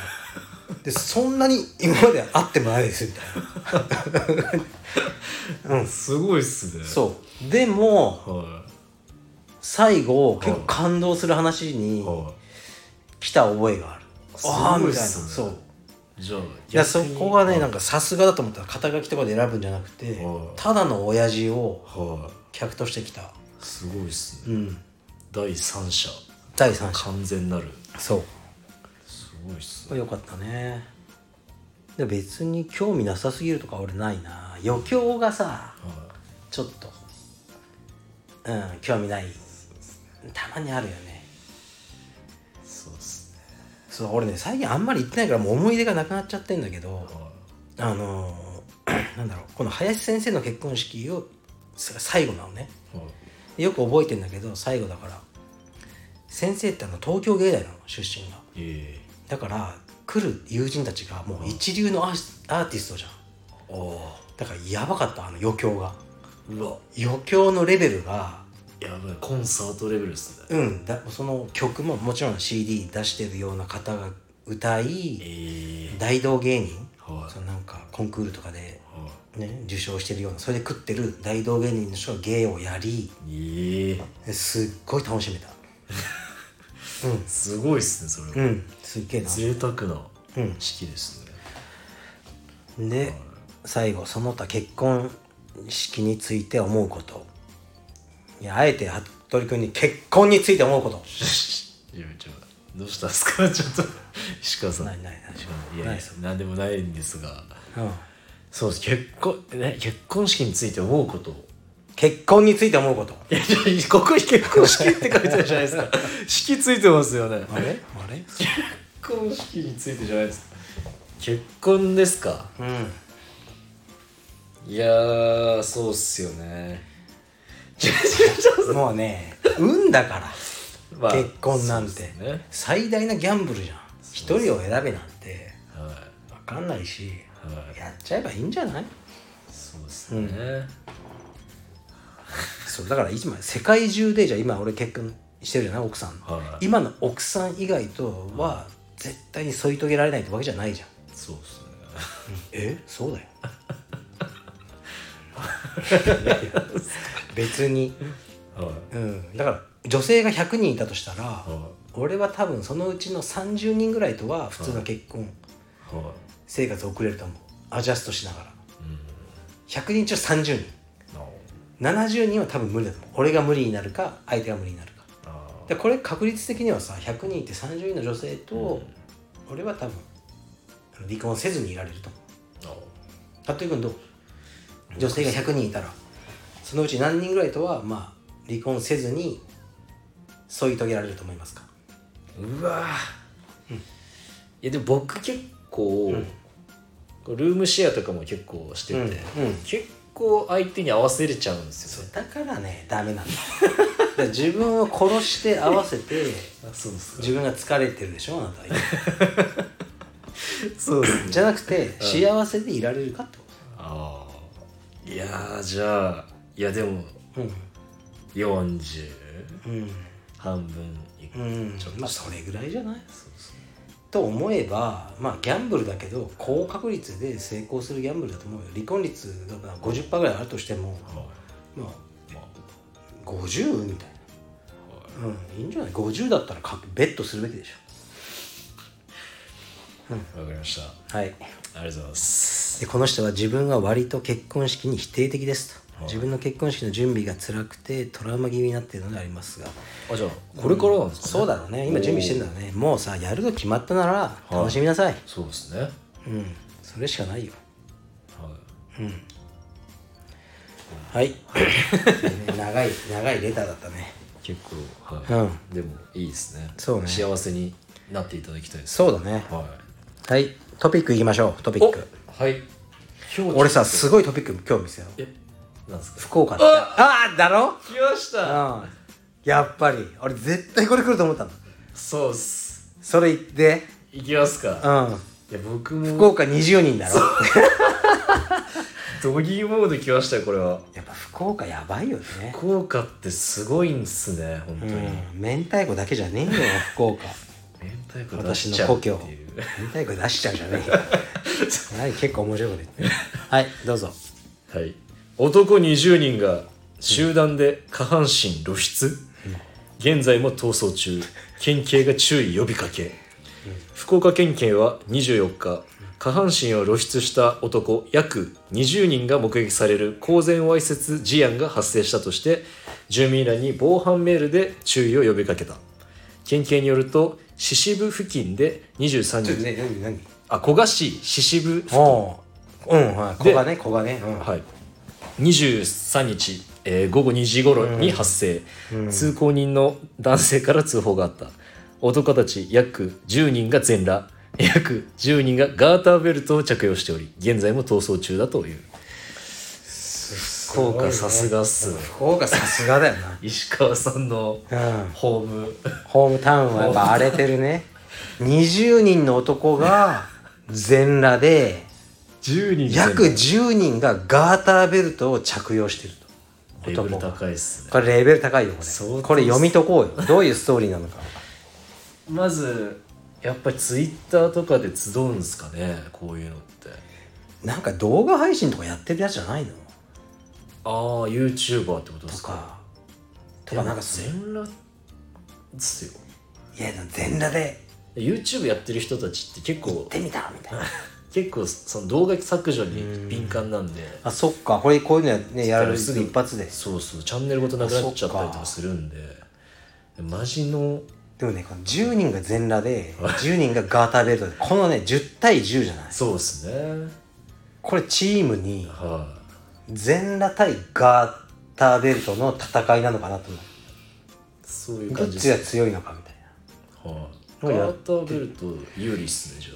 Speaker 1: なでそんなに今まで会ってもないですみたい
Speaker 2: すごいっすね
Speaker 1: なそうでも
Speaker 2: うはい
Speaker 1: 最後結構感動する話に
Speaker 2: は
Speaker 1: 来た覚えがある
Speaker 2: すごいっすね
Speaker 1: ああみたいなそう
Speaker 2: いじゃあ
Speaker 1: いやそこがね
Speaker 2: は
Speaker 1: ないんかさすがだと思ったら肩書きとかで選ぶんじゃなくて
Speaker 2: はい
Speaker 1: ただの親父を
Speaker 2: は
Speaker 1: 客として来た
Speaker 2: いすごいっす
Speaker 1: う
Speaker 2: ね、
Speaker 1: ん
Speaker 2: 第三者
Speaker 1: 第三者
Speaker 2: 完全なる
Speaker 1: そう
Speaker 2: すごいっす
Speaker 1: まあよかったねで別に興味なさすぎるとか俺ないな余興がさ
Speaker 2: は
Speaker 1: ちょっとうん興味ないたまにあるよね
Speaker 2: いそうっすね
Speaker 1: そう俺ね最近あんまり行ってないからもう思い出がなくなっちゃってんだけど
Speaker 2: は
Speaker 1: あのー なんだろうこの林先生の結婚式をさ最後なのね
Speaker 2: いはい
Speaker 1: よく覚えてんだけど最後だから先生ってあの東京芸大なの出身が
Speaker 2: え
Speaker 1: だから来る友人たちがもう一流のアーシアーティストじゃん
Speaker 2: えあ
Speaker 1: だからやばかったあの余興が
Speaker 2: あうわ
Speaker 1: 余興のレベルが
Speaker 2: やばいコンサートレベルっすね
Speaker 1: うんだその曲ももちろん CD 出してるような方が歌い
Speaker 2: ええ
Speaker 1: 大道芸人
Speaker 2: はい
Speaker 1: そのなんかコンクールとかで、
Speaker 2: は
Speaker 1: ね、受賞してるようなそれで食ってる大道芸人の人が芸をやり
Speaker 2: いええ
Speaker 1: すっごい楽しめた
Speaker 2: すごいっすねそれは、
Speaker 1: うんすっげえな
Speaker 2: 贅沢な
Speaker 1: うん
Speaker 2: 式ですね、
Speaker 1: で最後その他結婚式について思うこといやあえて服部君に結婚について思うこと
Speaker 2: いやちょどうしたんですか ちょっと石川さん
Speaker 1: ないないない
Speaker 2: い
Speaker 1: ない
Speaker 2: や
Speaker 1: で
Speaker 2: や
Speaker 1: す
Speaker 2: 何でもないんですが
Speaker 1: うん、
Speaker 2: そうです結婚ね結婚式について思うこと
Speaker 1: 結婚について思うこと
Speaker 2: いやちょ ここに結婚式って書いてあるじゃないです か式ついてますよね
Speaker 1: あれあれ
Speaker 2: 結婚式についてじゃないですか結婚ですか
Speaker 1: うん
Speaker 2: いやーそうっすよね
Speaker 1: もうね運だから、
Speaker 2: まあ
Speaker 1: 結婚なんて、
Speaker 2: そうっすね
Speaker 1: 最大なギャンブルじゃん一人を選べなんて
Speaker 2: は
Speaker 1: 分かんないし
Speaker 2: いはい
Speaker 1: やっちゃえばいいんじゃない
Speaker 2: そうですね、
Speaker 1: そうだから今世界中でじゃあ今俺結婚してるじゃない奥さん、
Speaker 2: はい
Speaker 1: 今の奥さん以外とは絶対に添い遂げられないってわけじゃないじゃん
Speaker 2: そうですね
Speaker 1: えそう だよ別に、
Speaker 2: はい
Speaker 1: うん、だから女性が100人いたとしたら、
Speaker 2: は
Speaker 1: 俺は多分そのうちの30人ぐらいとは普通の結婚
Speaker 2: いはい
Speaker 1: 生活を送れると思うアジャストしながら
Speaker 2: うん
Speaker 1: 100人中30人
Speaker 2: あ
Speaker 1: 70人は多分無理だと思う俺が無理になるか相手が無理になるか
Speaker 2: あ
Speaker 1: でこれ確率的にはさ100人いて30人の女性と俺は多分離婚せずにいられると思う
Speaker 2: あ
Speaker 1: 服部君どう女性が100人いたらそのうち何人ぐらいとはまあ離婚せずに添い遂げられると思いますか
Speaker 2: うわーいやでも僕結構、こうルームシェアとかも結構してて、
Speaker 1: うんうん
Speaker 2: 結構相手に合わせれちゃうんですよね
Speaker 1: だからねダメなんだだから自分を殺して合わせて
Speaker 2: あそうです
Speaker 1: 自分が疲れてるでしょあなたは
Speaker 2: そうですね
Speaker 1: じゃなくて幸せでいられるかってこ
Speaker 2: ああいやーじゃあいやでも
Speaker 1: と
Speaker 2: 40
Speaker 1: うん
Speaker 2: 半分いく、
Speaker 1: うん、まあそれぐらいじゃない
Speaker 2: そうですね
Speaker 1: と思えばまあギャンブルだけど高確率で成功するギャンブルだと思うよ離婚率がまあ50%ぐらいあるとしても
Speaker 2: はい
Speaker 1: まあ
Speaker 2: ま
Speaker 1: 50みたいな、うん、いいんじゃない50だったらかベットするべきでしょ
Speaker 2: わかりました
Speaker 1: はい
Speaker 2: ありがとうございます
Speaker 1: でこの人は自分は割と結婚式に否定的ですと自分の結婚式の準備が辛くてトラウマ気味になっているのでありますが
Speaker 2: あじゃあこれからなんですか、ね
Speaker 1: そうだろうね今準備してんだろうねもうさやると決まったなら楽しみなさい、
Speaker 2: そうですねはい
Speaker 1: うんそれしかないよはい 長い長いレターだったね
Speaker 2: 結構はい、
Speaker 1: うん
Speaker 2: でもいいですね
Speaker 1: そうね
Speaker 2: 幸せになっていただきたいです
Speaker 1: そうだね
Speaker 2: は
Speaker 1: はいトピックいきましょうトピ
Speaker 2: いお
Speaker 1: ック
Speaker 2: はい今
Speaker 1: 俺さすごいトピック今日見せよう
Speaker 2: えなんですか
Speaker 1: 福岡ってああだろ
Speaker 2: 来ました
Speaker 1: うんやっぱり俺絶対これ来ると思ったの
Speaker 2: そうっす
Speaker 1: それ言って
Speaker 2: いきます
Speaker 1: う
Speaker 2: か
Speaker 1: ん
Speaker 2: いや
Speaker 1: 福
Speaker 2: 僕も
Speaker 1: 岡20人だろ
Speaker 2: ドギーモード来ましたよこれは
Speaker 1: やっぱ福岡やばいよね
Speaker 2: 福岡ってすごいんですね本当に、
Speaker 1: うん明太子だけじゃねえよ福 岡
Speaker 2: 明太子出
Speaker 1: 私
Speaker 2: し
Speaker 1: の
Speaker 2: ちゃ
Speaker 1: 故
Speaker 2: うって
Speaker 1: 郷
Speaker 2: いう
Speaker 1: 明太子出しちゃうじゃね えよはい結構面白いこと言ってるはいどうぞ
Speaker 2: はい男20人が集団で下半身露出、現在も逃走中県警が注意呼びかけ、福岡県警は24日下半身を露出した男約20人が目撃される公然わいせつ事案が発生したとして住民らに防犯メールで注意を呼びかけた県警によると獅子部付近で23日、
Speaker 1: ね何何
Speaker 2: あ古賀市獅子部付近
Speaker 1: おううんはい子がね子がねうん
Speaker 2: はい、23日、えー午後2時頃に発生、通行人の男性から通報があった男たち約10人が全裸約10人がガーターベルトを着用しており現在も逃走中だという
Speaker 1: 福
Speaker 2: 福岡さすがっすね
Speaker 1: 福岡さすがだよ
Speaker 2: 石川さん の
Speaker 1: なうん
Speaker 2: ホーム
Speaker 1: ホームタウンはやっぱ荒れてるね20人の男が全裸で
Speaker 2: 10人
Speaker 1: 約10人がガーターベルトを着用してると
Speaker 2: レベル
Speaker 1: 男が
Speaker 2: 高いっすね
Speaker 1: これレベル高いよこ
Speaker 2: 相当っ
Speaker 1: れ
Speaker 2: す
Speaker 1: これ読みとこうよどういうストーリーなのか
Speaker 2: まずやっぱりツイッターとかで集うんですかねこういうのって
Speaker 1: なんか動画配信とかやってるやつじゃないの
Speaker 2: ああ YouTuber ってことで
Speaker 1: と
Speaker 2: すか
Speaker 1: かとかなんかそうい
Speaker 2: 全裸ですよ
Speaker 1: や全裸で
Speaker 2: YouTube やってる人たちって結
Speaker 1: 行っ
Speaker 2: 構
Speaker 1: てみたみたいな
Speaker 2: 結構その動画削除に敏感なんで
Speaker 1: あそっかこれこういうのや,、ね、やる
Speaker 2: す
Speaker 1: す
Speaker 2: ぐ
Speaker 1: ぐ一発で
Speaker 2: そうそうチャンネルごとなくなっちゃった
Speaker 1: あそ
Speaker 2: りと
Speaker 1: っか
Speaker 2: かするんでマジの
Speaker 1: でもねこの10人が全裸で10人がガーターベルトでこのね10対10じゃない
Speaker 2: そうですね
Speaker 1: これチームに
Speaker 2: は
Speaker 1: 全裸対ガーターベルトの戦いなのかなと思
Speaker 2: いそういうう
Speaker 1: どっ
Speaker 2: 感じ
Speaker 1: ち
Speaker 2: で
Speaker 1: が
Speaker 2: す
Speaker 1: 強いのかみたいな
Speaker 2: はい
Speaker 1: なんかや
Speaker 2: ガーターベルト有利っすねじゃあ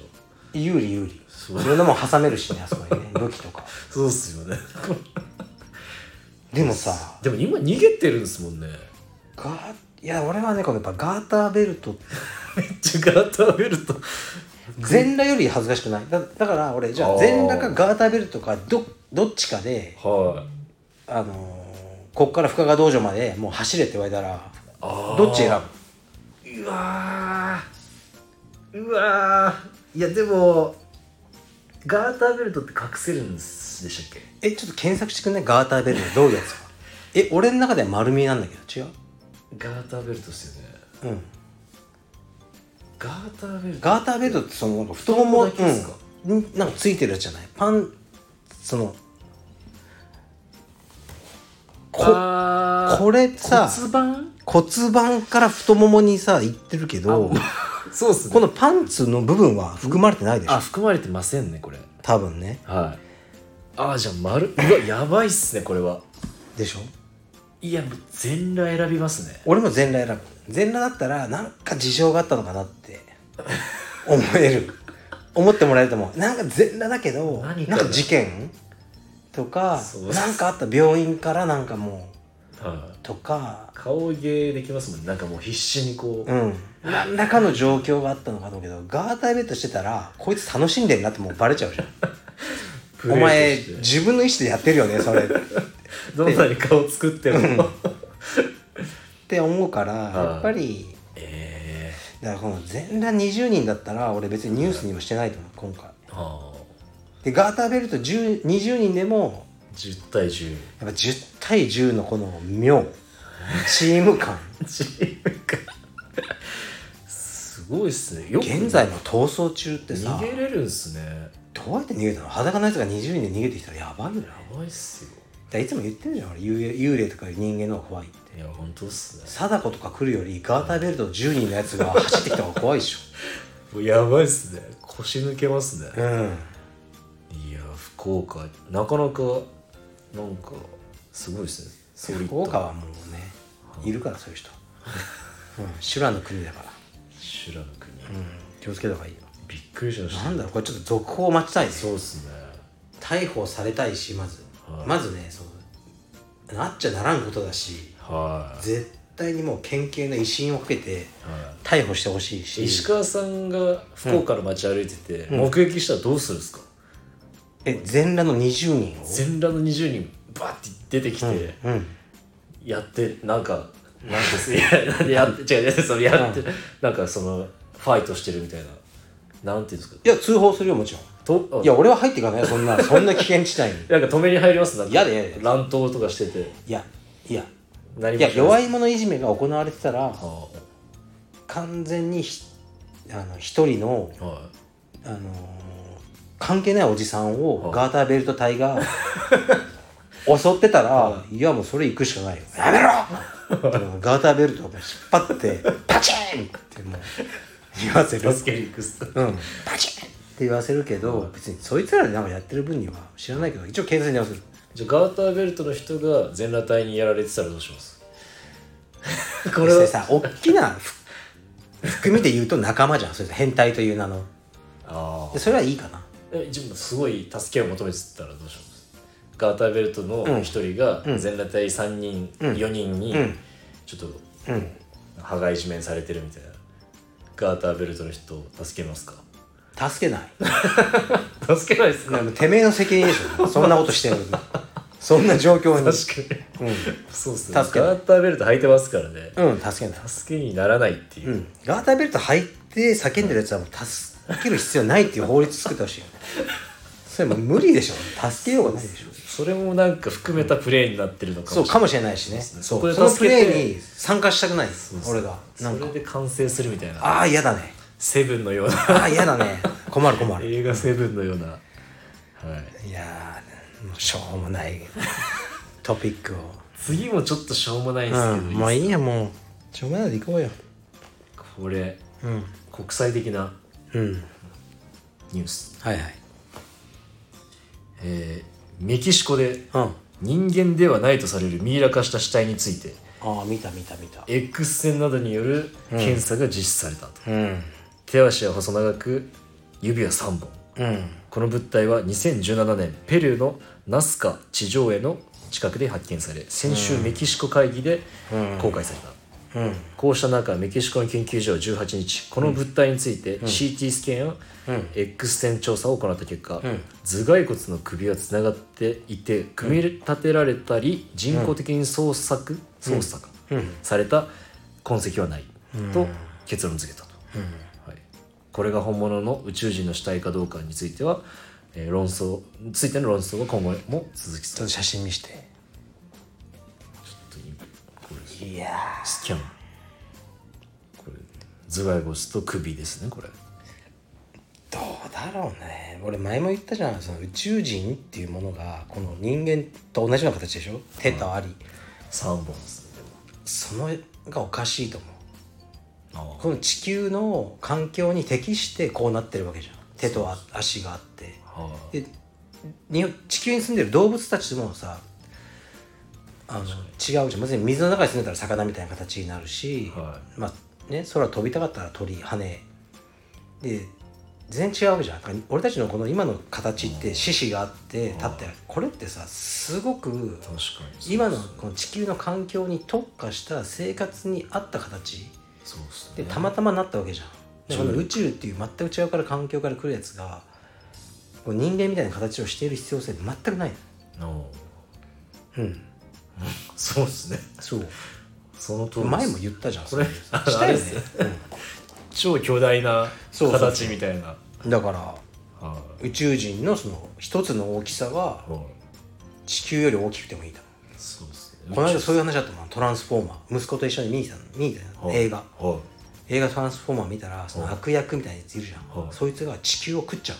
Speaker 1: 有利有利
Speaker 2: そう
Speaker 1: いろんなもん挟めるしねあそこにね武器と か
Speaker 2: そうっすよね
Speaker 1: でもさ
Speaker 2: でも今逃げてるんですもんね
Speaker 1: ガーいや俺はねこのやっぱガーターベルト
Speaker 2: めっちゃガーターベルト
Speaker 1: 全裸より恥ずかしくないだだから俺じゃ
Speaker 2: あ
Speaker 1: あ
Speaker 2: ー
Speaker 1: 全裸かガーターベルトかどどっちかで
Speaker 2: はい
Speaker 1: あのーこっから深川道場までもう走れって言われたら
Speaker 2: あー
Speaker 1: どっち選ぶ
Speaker 2: うわーうわーいやでもガーターベルトって隠せるんでしたっけ
Speaker 1: えちょっと検索してくんないガーターベルトどういうやつかえ俺の中では丸見えなんだけど違う
Speaker 2: ガーターベルトですよね
Speaker 1: うん
Speaker 2: ガーターベルト
Speaker 1: ガーターベルトってそのなんか太もも
Speaker 2: 太ももだけですか
Speaker 1: うん、んなんかついてるやつじゃないパンそのこ
Speaker 2: あ
Speaker 1: これさ
Speaker 2: 骨盤
Speaker 1: 骨盤から太ももにさいってるけど
Speaker 2: そうっす
Speaker 1: このパンツの部分は含まれてないでし
Speaker 2: あ
Speaker 1: ょ
Speaker 2: 含まれてませんねこれ
Speaker 1: 多分ね
Speaker 2: はいあーじゃあ丸うわやばいっすねこれは
Speaker 1: でしょ
Speaker 2: いやもう全裸選びますね
Speaker 1: 俺も全裸選ぶ全裸だったらなんか事情があったのかなって思える思ってもらえると思うなんか全裸だけど
Speaker 2: 何か
Speaker 1: な
Speaker 2: が
Speaker 1: んか事件とか
Speaker 2: そう
Speaker 1: なんかあった病院からなんかも
Speaker 2: は
Speaker 1: うとか
Speaker 2: い顔芸できますもんねなんかもう必死にこう、
Speaker 1: うん何らかの状況があったのかと思うけどガーターベッドしてたらこいつ楽しんでんなってもうバレちゃ うじゃん
Speaker 2: プレ
Speaker 1: お
Speaker 2: イ
Speaker 1: 前
Speaker 2: として
Speaker 1: 自分の意思でやってるよねそれっ
Speaker 2: どんなに顔作っても
Speaker 1: て思うから
Speaker 2: い
Speaker 1: やっぱり
Speaker 2: ええ
Speaker 1: だからこの全裸20人だったら俺別にニュースにもしてないと思う今回
Speaker 2: ああ
Speaker 1: でガーターベルト10 20人でも
Speaker 2: 10対10
Speaker 1: やっぱ10対10のこの妙チーム感
Speaker 2: チームかすすごいっすねよく
Speaker 1: 現在の逃走中ってさ
Speaker 2: 逃げれるんすねや
Speaker 1: どうやって逃げたの裸のやつが20人で逃げてきたらやばいよねだか
Speaker 2: ばいっすよ
Speaker 1: らいつも言ってるじゃん俺幽霊幽霊とか人間の方が怖いって
Speaker 2: いや本当っすね
Speaker 1: 貞子とか来るよりガーターベルト10人のやつが走ってきた方が怖いでしょ
Speaker 2: もうやばいっすね腰抜けますね
Speaker 1: うん
Speaker 2: いや福岡なかなかなんかすごいっすねソリッド
Speaker 1: 福岡はもうねいるからそういう人、うん、修羅の国だから、
Speaker 2: 修羅の国、
Speaker 1: うん、気をつけた方がいいよ
Speaker 2: びっくりしました
Speaker 1: なんだろうこれちょっと続報を待ちたいです
Speaker 2: そうっすね
Speaker 1: 逮捕されたいしまず、
Speaker 2: はい
Speaker 1: まずねそうなっちゃならんことだし
Speaker 2: はい
Speaker 1: 絶対にもう県警の威信をかけて
Speaker 2: は
Speaker 1: 逮捕してほしい
Speaker 2: い石
Speaker 1: し
Speaker 2: 川さんが福岡の街歩いてて、目撃したらどうするんですか
Speaker 1: え全裸の20人を
Speaker 2: 全裸の20人バッて出てきて、
Speaker 1: うん
Speaker 2: やってなんかなんですいややって違う違うそのやって、なんかそのファイトしてるみたいななんていうんですか
Speaker 1: いや通報するよもちろん
Speaker 2: と
Speaker 1: いや俺は入っていかないよそんな そんな危険地帯に
Speaker 2: なんか止めに入りますなんか
Speaker 1: やだやだや
Speaker 2: 乱闘とかしてて
Speaker 1: いやいや
Speaker 2: ない
Speaker 1: や弱
Speaker 2: い
Speaker 1: い者いじめが行われてたら
Speaker 2: は
Speaker 1: 完全にひあの一人の、
Speaker 2: いは
Speaker 1: あのー関係ないおじさんをガーターベルト隊が襲ってたらいやもうそれ行くしかないよやめろでもガーターベルトを引っ張ってパチンってもう言わせ
Speaker 2: いバ
Speaker 1: る、
Speaker 2: スケリックスと
Speaker 1: うん、パチンって言わせるけど別にそいつらでなんかやってる分には知らないけど一応警察に電話する
Speaker 2: じゃあガーターベルトの人が全裸隊にやられてたらどうします こ
Speaker 1: そ
Speaker 2: れ
Speaker 1: し
Speaker 2: は
Speaker 1: てさ大きなふ含みで言うと仲間じゃんそれ変態という名の
Speaker 2: あ
Speaker 1: でそれはいいかな
Speaker 2: え自分すごい助けを求めてたらどうしますガーターベルトの一人が全裸隊3人、4人に
Speaker 1: ん
Speaker 2: ちょっと
Speaker 1: うん
Speaker 2: 羽がいじめにされてるみたいなガーターベルトの人を助けますか
Speaker 1: 助けない
Speaker 2: 助けないですか
Speaker 1: でもてめえの責任でしょそんなことしてるのそんな状況に
Speaker 2: 確かに、そうっすねガ
Speaker 1: 助けない
Speaker 2: ーターベルト履いてますからね
Speaker 1: うん助けない、
Speaker 2: 助けにならないっていうう、
Speaker 1: ん、ガーターベルト履いて叫んでるやつはもう助ける必要ないっていう法律作ってほしい よねそれもう無理でしょ助けようがないでしょ
Speaker 2: それもなんか含めたプレーになってるのか
Speaker 1: そ
Speaker 2: も
Speaker 1: う
Speaker 2: しれない
Speaker 1: かもしれないしね
Speaker 2: そうです
Speaker 1: そ
Speaker 2: ね
Speaker 1: う
Speaker 2: そ
Speaker 1: そ
Speaker 2: こ
Speaker 1: のプ
Speaker 2: で助けて
Speaker 1: レーに参加したくない俺がなん
Speaker 2: そ
Speaker 1: か
Speaker 2: れで完成するみたいな
Speaker 1: ああ嫌だね
Speaker 2: セブンのような
Speaker 1: ああ嫌だね困る困る
Speaker 2: 映画セブンのようなはい
Speaker 1: いやーもうしょうも ないトピックを、
Speaker 2: 次もちょっとしょうもないんですけど、
Speaker 1: うん、もういいやもうしょうもないので行こうよ
Speaker 2: これ
Speaker 1: うん
Speaker 2: 国際的な
Speaker 1: うん
Speaker 2: ニュース、
Speaker 1: はいはい
Speaker 2: えーメキシコで
Speaker 1: うんあ
Speaker 2: 人間ではないとされるミイラ化した死体について
Speaker 1: あ見た見た見た
Speaker 2: X 線などによる検査が実施されたと、
Speaker 1: うん
Speaker 2: 手足は細長く指は3本
Speaker 1: うん
Speaker 2: この物体は2017年ペルーのナスカ地上絵の近くで発見され先週メキシコ会議で公開された、
Speaker 1: うん
Speaker 2: こうした中メキシコの研究所は18日この物体について CT スキャンや X 線調査を行った結果、頭蓋骨の首はつながっていて組み立てられたり人工的に操作操作かされた痕跡はないと結論付けたと、はい、これが本物の宇宙人の死体かどうかについては、えー論争についての論争が今後も続き
Speaker 1: ちょ
Speaker 2: そ
Speaker 1: っ
Speaker 2: う
Speaker 1: と写真見して
Speaker 2: ちょっと今これ
Speaker 1: いや
Speaker 2: スキャンこれ頭蓋骨と首ですねこれ
Speaker 1: どうだろうね俺前も言ったじゃんその宇宙人っていうものがこの人間と同じような形でしょ手とあり、
Speaker 2: 3本ですね
Speaker 1: そのがおかしいと思う
Speaker 2: でも
Speaker 1: この地球の環境に適してこうなってるわけじゃん手とあ足があって
Speaker 2: は
Speaker 1: で日本地球に住んでる動物たちもさあの違うじゃんまず水の中に住んでたら魚みたいな形になるし、
Speaker 2: は
Speaker 1: まあね、空飛びたかったら鳥羽で全然違うわけじゃんなんか俺たちのこの今の形って獅子があって立ってあるこれってさすごく
Speaker 2: 確かに
Speaker 1: 今のこの地球の環境に特化した生活に合った形
Speaker 2: そうです
Speaker 1: で
Speaker 2: ね
Speaker 1: たまたまなったわけじゃんで
Speaker 2: そ
Speaker 1: こ
Speaker 2: う
Speaker 1: の宇宙っていう全く違うから環境から来るやつがこう人間みたいな形をしている必要性全くない
Speaker 2: の
Speaker 1: うん
Speaker 2: そうですね
Speaker 1: そう
Speaker 2: その通りです
Speaker 1: 前も言ったじゃん
Speaker 2: これ
Speaker 1: それしたよね
Speaker 2: あれです超巨大な
Speaker 1: そうそうそう
Speaker 2: 形みたいな
Speaker 1: うんだから
Speaker 2: は
Speaker 1: 宇宙人のその一つの大きさはい
Speaker 2: はい
Speaker 1: 地球より大きくてもいいと思
Speaker 2: そうです
Speaker 1: う
Speaker 2: ね
Speaker 1: この間そういう話だったもんトランスフォーマー息子と一緒に見に行ったの見に行ったの
Speaker 2: はい
Speaker 1: 映画
Speaker 2: は
Speaker 1: 映画「トランスフォーマー」見たらその悪役みたいなやついるじゃ
Speaker 2: は
Speaker 1: ん
Speaker 2: い
Speaker 1: そいつが地球を食っちゃう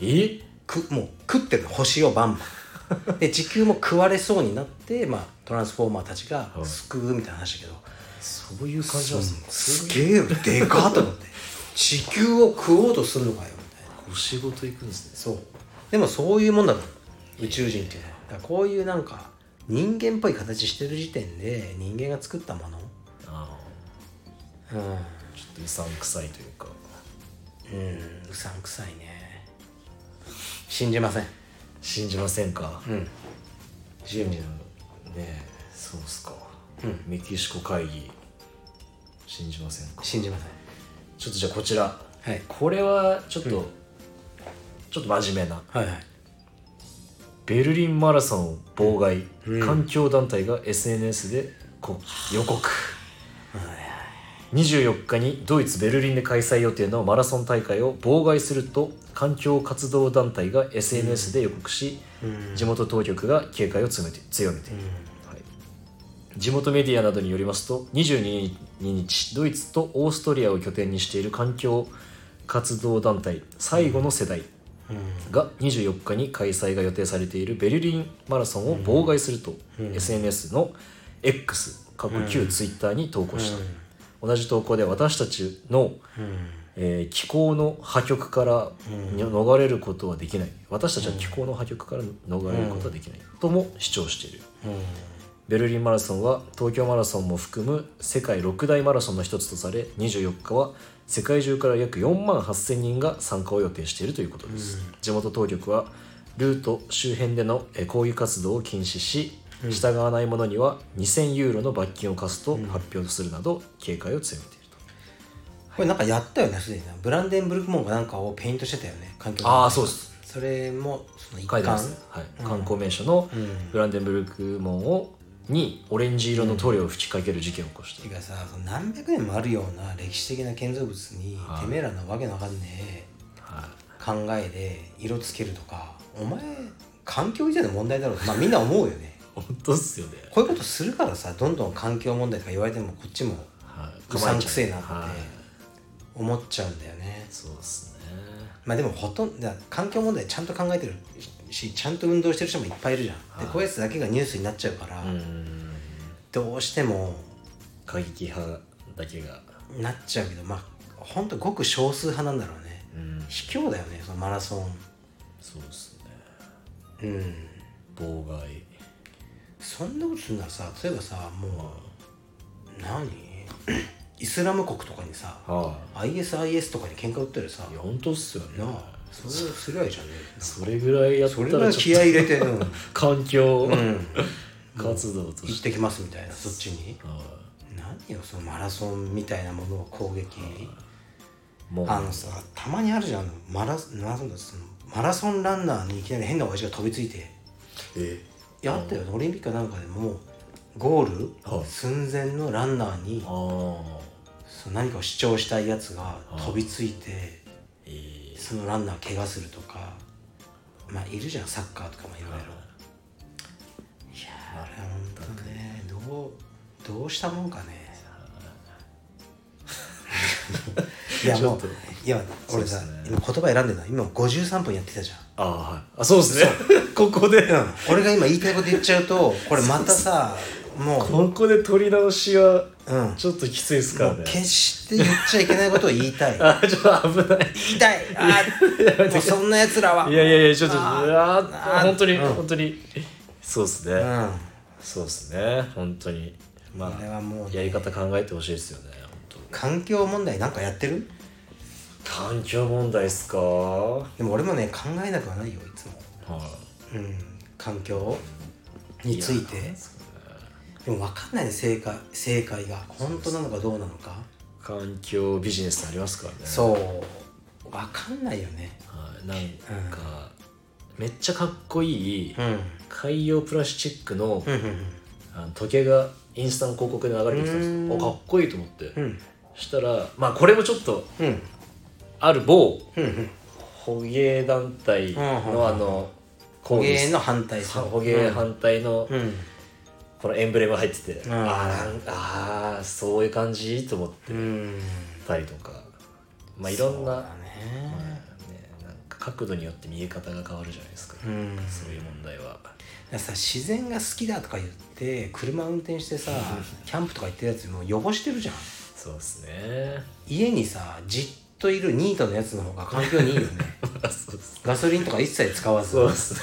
Speaker 2: え
Speaker 1: くもう食ってる星をバン バンで地球も食われそうになって、まあ、トランスフォーマーたちが
Speaker 2: はい
Speaker 1: 救うみたいな話だけど、
Speaker 2: そういう感じなんです
Speaker 1: す
Speaker 2: ね
Speaker 1: げえでかっと思って地球を食おうとするのかよみたいな
Speaker 2: お仕事行くんですね
Speaker 1: そうでもそういうもんだと思う宇宙人っていうのはだからこういうなんか人間っぽい形してる時点で人間が作ったもの
Speaker 2: あ
Speaker 1: うん
Speaker 2: あちょっとうさんくさいというか
Speaker 1: うんうさんくさいね信じません
Speaker 2: 信じませんか
Speaker 1: うん
Speaker 2: ジェミのねそうっすか、メキシコ会議信じませんか
Speaker 1: 信じません
Speaker 2: ちょっとじゃあこちら
Speaker 1: はい
Speaker 2: これはちょっと、ちょっと真面目な
Speaker 1: はいはい
Speaker 2: ベルリンマラソンを妨害、環境団体が SNS でこ予告24日にドイツ・ベルリンで開催予定のマラソン大会を妨害すると環境活動団体が SNS で予告し、地元当局が警戒を強めて強めている、はい地元メディアなどによりますと22日ドイツとオーストリアを拠点にしている環境活動団体最後の世代が24日に開催が予定されているベルリンマラソンを妨害すると SNS の X 過去旧 Twitter に投稿した、同じ投稿で私たちの、えー気候の破局からに逃れることはできない私たちは気候の破局から逃れることはできない、とも主張しているベルリンマラソンは東京マラソンも含む世界六大マラソンの一つとされ24日は世界中から約4万8000人が参加を予定しているということです、地元当局はルート周辺でのえー抗議活動を禁止し従わない者には2000ユーロの罰金を科すと発表するなど警戒を強めていると、
Speaker 1: これなんかやったよねすでになブランデンブルク門かなんかをペイントしてたよね環境
Speaker 2: ああそうです
Speaker 1: それもその一
Speaker 2: 書
Speaker 1: 環
Speaker 2: いてますね、はい観光名所のブランデンブルク門をにオレンジ色の塗料を吹きかける事件を起こして
Speaker 1: ていうかさその何百年もあるような歴史的な建造物に、
Speaker 2: はい
Speaker 1: てめえらのわけのわかんね
Speaker 2: はい
Speaker 1: え考えで色つけるとかお前環境以前の問題だろうってまあみんな思うよね
Speaker 2: 本当っすよね
Speaker 1: こういうことするからさどんどん環境問題とか言われてもこっちも
Speaker 2: はい、
Speaker 1: うさんくせえなって
Speaker 2: はい
Speaker 1: 思っちゃうんだよね
Speaker 2: そうですね
Speaker 1: まあでもほとんど環境問題ちゃんと考えてるしちゃんと運動してる人もいっぱいいるじゃん、
Speaker 2: はい
Speaker 1: でこういうやつだけがニュースになっちゃうから、
Speaker 2: うん
Speaker 1: どうしても
Speaker 2: 過激派だけが
Speaker 1: なっちゃうけどまあほんとごく少数派なんだろうね
Speaker 2: うん
Speaker 1: 卑怯だよねそのマラソン
Speaker 2: そうですね
Speaker 1: うん
Speaker 2: 妨害
Speaker 1: そんなことするならさ例えばさもう何 イスラム国とかにさ
Speaker 2: は
Speaker 1: ISIS とかに喧嘩売ってるさ
Speaker 2: いいや本当っすよ
Speaker 1: な
Speaker 2: ね
Speaker 1: あそれすりゃいいじゃんね
Speaker 2: それぐらいやった
Speaker 1: それぐら
Speaker 2: ら
Speaker 1: い
Speaker 2: ち
Speaker 1: 気
Speaker 2: ょっ
Speaker 1: 合い入れて、 うん、行
Speaker 2: と環境、活動と
Speaker 1: っ
Speaker 2: して
Speaker 1: てきますみたいなそっちに
Speaker 2: は
Speaker 1: 何よそのマラソンみたいなものを攻撃
Speaker 2: いもう
Speaker 1: あのさたまにあるじゃんあのマラマラソンだそのマラソンランナーにいきなり変な親父が飛びついて
Speaker 2: え
Speaker 1: やったよオリンピックかなんかでもゴー
Speaker 2: は
Speaker 1: ル
Speaker 2: い
Speaker 1: 寸前のランナーに
Speaker 2: ああ
Speaker 1: そう何かを主張したいやつが飛びついて
Speaker 2: ええ
Speaker 1: そのランナー怪我するとかまあいるじゃんサッカーとかもいろいろいやーあれは本当ねどうどうしたもんかね いやもう
Speaker 2: ちょっ
Speaker 1: いや俺さ、
Speaker 2: そうっすね
Speaker 1: 今言葉選んでない今53分やってたじゃん
Speaker 2: ああはいあそうですねここで
Speaker 1: うん俺が今言いたいこと言っちゃうとこれまたさもう
Speaker 2: ここで取り直しは
Speaker 1: うん
Speaker 2: ちょっときついですからね
Speaker 1: 決して言っちゃいけないことを言いたい
Speaker 2: あーちょっと危ない
Speaker 1: 言いたいあ ーもうそんなやつらはい
Speaker 2: やいやいや、ちょっと、う
Speaker 1: あー
Speaker 2: わ
Speaker 1: あ
Speaker 2: ー、本当に、本当に。そうです
Speaker 1: う
Speaker 2: ね。
Speaker 1: ん
Speaker 2: そうですね、本当に。ま
Speaker 1: これ
Speaker 2: あ、
Speaker 1: はもうね
Speaker 2: やり方考えてほしいですよね。本
Speaker 1: 環境問題なんかやってる
Speaker 2: 当環境問題っすか。はい。
Speaker 1: でも俺もね考えなくはないよいつもうん環境について
Speaker 2: やそうね
Speaker 1: でも分かんないね正解正解が本当なのかどうなのか
Speaker 2: 環境ビジネスありますからね。
Speaker 1: そう分かんないよね
Speaker 2: はい、なんか、めっちゃかっこいい
Speaker 1: うん
Speaker 2: 海洋プラスチックの
Speaker 1: うんうん
Speaker 2: あの時計がインスタの広告で流れてきたんです
Speaker 1: うん
Speaker 2: よ。おかっこいいと思って
Speaker 1: う。ん
Speaker 2: したら、まあ、これもちょっと、
Speaker 1: うん
Speaker 2: ある某
Speaker 1: うんうん
Speaker 2: 捕鯨団体のあの
Speaker 1: 捕
Speaker 2: 抗議
Speaker 1: 鯨の反対する
Speaker 2: 捕鯨反対の
Speaker 1: うん
Speaker 2: このエンブレムが入ってて、
Speaker 1: ん
Speaker 2: あーなんあーそういう感じと思って
Speaker 1: うん
Speaker 2: 確ったりとかまあいろんな、
Speaker 1: そうだね
Speaker 2: まあね、なんか角度によって見え方が変わるじゃないですか、
Speaker 1: うん
Speaker 2: そういう問題は
Speaker 1: だからさ自然が好きだとか言って車運転してさキャンプとか行ってるやつもう汚してるじゃん
Speaker 2: そうですね
Speaker 1: 家にさじっといるニートのやつの方が環境にいい よね
Speaker 2: まあそうです
Speaker 1: ガソリンとか一切使わず
Speaker 2: そうですね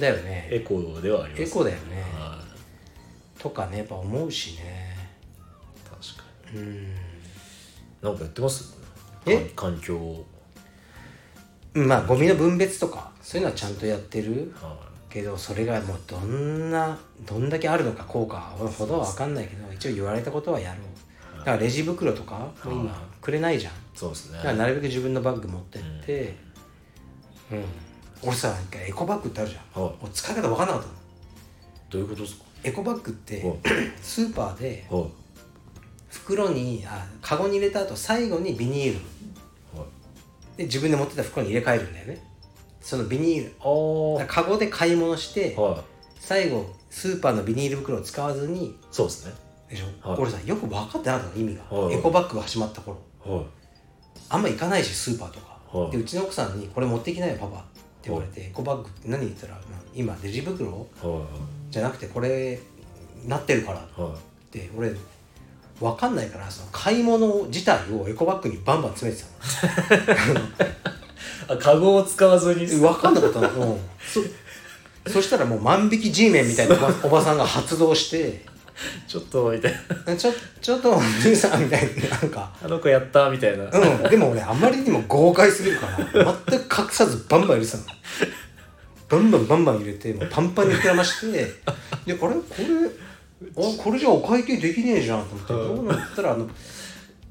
Speaker 1: だよね
Speaker 2: エコではあります
Speaker 1: エコだよね
Speaker 2: はい
Speaker 1: とかねやっぱ思うしね
Speaker 2: 確か
Speaker 1: うん
Speaker 2: になんかやってます
Speaker 1: え
Speaker 2: か環境
Speaker 1: まあゴミの分別とかそういうのはちゃんとやってる
Speaker 2: は
Speaker 1: けどそれがもうどんなどんだけあるのか効果ほどは分かんないけど一応言われたことはやろうだからレジ袋とかもう今くれないじゃん
Speaker 2: いそうですね
Speaker 1: だからなるべく自分のバッグ持ってってうん、俺さなんかエコバッグってあるじゃん
Speaker 2: はい
Speaker 1: もう使い方分かんなかったの
Speaker 2: どういうことですか
Speaker 1: エコバッグって
Speaker 2: はい
Speaker 1: スーパーで
Speaker 2: はいは
Speaker 1: 袋にあカゴに入れた後最後にビニール
Speaker 2: い
Speaker 1: で自分で持ってた袋に入れ替えるんだよねそのビニール
Speaker 2: あ
Speaker 1: だ
Speaker 2: あ
Speaker 1: からカゴで買い物して、
Speaker 2: はい
Speaker 1: 最後スーパーのビニール袋を使わずに
Speaker 2: そうですね
Speaker 1: でしょ、
Speaker 2: はい
Speaker 1: 俺さよく分かってなかったの意味が、
Speaker 2: はい
Speaker 1: エコバッグが始まった頃
Speaker 2: は
Speaker 1: あんま行かないしスーパーとか、
Speaker 2: はい
Speaker 1: でうちの奥さんに「これ持ってきなよパパ」って言われて、エコバッグって何言ったらまあ「今レジ袋
Speaker 2: いは
Speaker 1: じゃなくてこれなってるから」っ
Speaker 2: いはい
Speaker 1: て俺分かんないからその買い物自体をエコバッグにバンバン詰めてた の
Speaker 2: あカゴを使わずに
Speaker 1: 分かんなかったの、うんそそしたらもう万引き G メンみたいなおばおばさんが発動して
Speaker 2: ちょっとみたいな
Speaker 1: 「ちょ ちょっとお兄さん」みたいななんか
Speaker 2: あの子やったみたいな、
Speaker 1: うん、でも俺あまりにも豪快すぎるから全く隠さずバンバン入れてたのバンバンバンバン入れてもうパンパンに膨らましてであれこれあこれじゃお会計できねえじゃんと思って
Speaker 2: うん
Speaker 1: どうなったらあの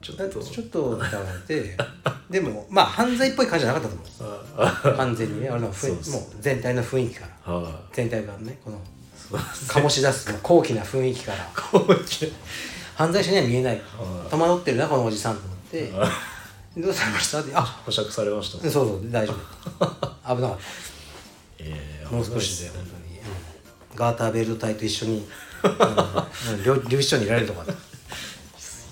Speaker 2: ちょっ
Speaker 1: え
Speaker 2: と
Speaker 1: ちょっとって言われてでもまあ犯罪っぽい感じじゃなかったと思
Speaker 2: あ
Speaker 1: う完全にねあれの雰囲気
Speaker 2: そう
Speaker 1: もう全体の雰囲気から
Speaker 2: あは
Speaker 1: 全体がねこの
Speaker 2: いそうですね
Speaker 1: 醸し出すこの高貴な雰囲気から
Speaker 2: こう き
Speaker 1: 犯罪者には見えない
Speaker 2: はい
Speaker 1: 戸惑ってるなこのおじさんと思って
Speaker 2: あ
Speaker 1: どうされましたってあ
Speaker 2: 保釈されました
Speaker 1: そうそう大丈夫危なかっ
Speaker 2: ええ
Speaker 1: たもう少しで本当に、うんガーターベルト隊と一緒にあのうん留 留置所にいられるとか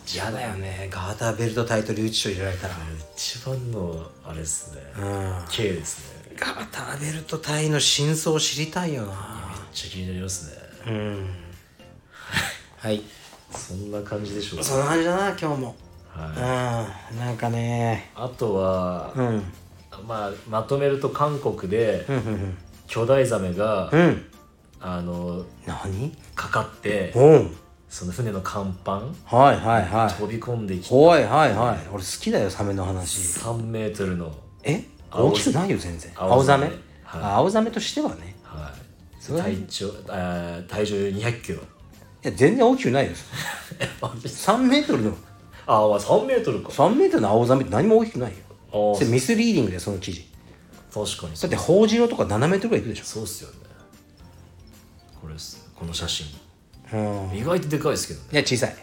Speaker 1: 嫌だよねガーターベルト隊と留置所にいられたら、
Speaker 2: 一番のあれですね
Speaker 1: うん、
Speaker 2: K ですね
Speaker 1: ガーターベルト隊の真相を知りたいよな
Speaker 2: めっちゃ気になりますね
Speaker 1: うんはい
Speaker 2: そんな感じでしょう
Speaker 1: そん
Speaker 2: か
Speaker 1: な感じだな今日もうん
Speaker 2: はい
Speaker 1: なんかね
Speaker 2: あとは
Speaker 1: うん
Speaker 2: まあまとめると韓国で
Speaker 1: うんうん
Speaker 2: 巨大ザメが
Speaker 1: うんうん
Speaker 2: あの
Speaker 1: 何
Speaker 2: かかって
Speaker 1: うん
Speaker 2: その船の甲板
Speaker 1: はいはいはい
Speaker 2: 飛び込んできて
Speaker 1: おいはいはい俺好きだよサメの話
Speaker 2: 3メートルの
Speaker 1: え
Speaker 2: 青
Speaker 1: 大きくないよ全然青
Speaker 2: 青
Speaker 1: ザ
Speaker 2: ザ
Speaker 1: メ
Speaker 2: メ
Speaker 1: あ
Speaker 2: はい
Speaker 1: 青ザメとしてはね
Speaker 2: はい
Speaker 1: それ
Speaker 2: 体長あー体重2 0 0キロ
Speaker 1: い や全然大きくないです3メートルの
Speaker 2: ああまあ3メートルか
Speaker 1: 3メートルの青ザメって何も大きくないよ
Speaker 2: あー
Speaker 1: それミスリーディングだよその記事
Speaker 2: 確かに
Speaker 1: だ
Speaker 2: そ
Speaker 1: っ
Speaker 2: う
Speaker 1: てホウジロとか7メートルぐらいいくでし
Speaker 2: そうっすよねこれっすこの写真
Speaker 1: ょうん
Speaker 2: 意外とでかいですけどね
Speaker 1: いや小さい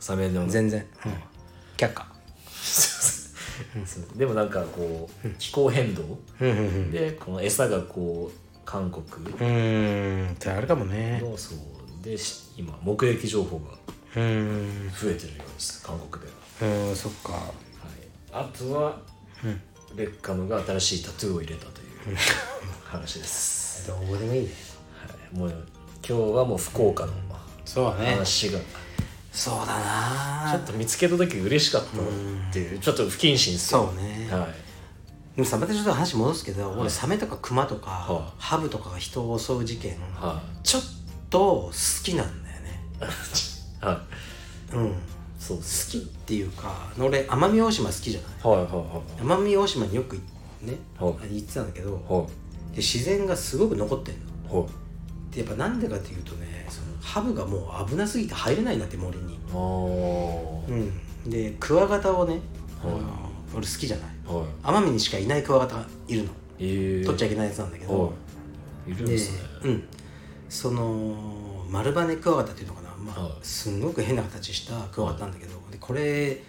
Speaker 2: サメの
Speaker 1: 全然うん却下
Speaker 2: そうでもなんかこう気候変動でこの餌がこう韓国
Speaker 1: うーんってあるかもね
Speaker 2: のそうでし今目撃情報が
Speaker 1: うーん
Speaker 2: 増えてるようです韓国では、
Speaker 1: うーんそっか
Speaker 2: はい、あとは、ベッカムが新しいタトゥーを入れたという話です、
Speaker 1: どうでもいいね
Speaker 2: はい、もう今日はもう福岡の
Speaker 1: そうだね
Speaker 2: 話が、
Speaker 1: そうだな
Speaker 2: ちょっと見つけた時嬉しかったっていうちょっと不謹慎ですけど
Speaker 1: そうね
Speaker 2: はい
Speaker 1: でもさまたちょっと話戻すけど、俺サメとかクマとか、
Speaker 2: は
Speaker 1: ハブとかが人を襲う事件、
Speaker 2: は
Speaker 1: ちょっと好きなんだよね
Speaker 2: い、はい、
Speaker 1: うん好
Speaker 2: そう好
Speaker 1: きっていうか俺奄美大島好きじゃない
Speaker 2: はいはいはい
Speaker 1: 奄美大島によくいね
Speaker 2: は
Speaker 1: 行ってたんだけど
Speaker 2: はい
Speaker 1: で自然がすごく残ってんの
Speaker 2: はい
Speaker 1: でやっぱなんでかっていうとねそのハブがもう危なすぎて入れないなって森に
Speaker 2: あー
Speaker 1: うんでクワガタをね、
Speaker 2: はい
Speaker 1: あの俺好きじゃない
Speaker 2: は
Speaker 1: 奄美にしかいないクワガタがいるの
Speaker 2: いええ
Speaker 1: 取っちゃいけないやつなんだけど、
Speaker 2: はいいるん
Speaker 1: で
Speaker 2: です
Speaker 1: う
Speaker 2: ね
Speaker 1: ん、その丸羽クワガタっていうのかな、まあ
Speaker 2: はい
Speaker 1: すんごく変な形したクワガタなんだけど、でこれ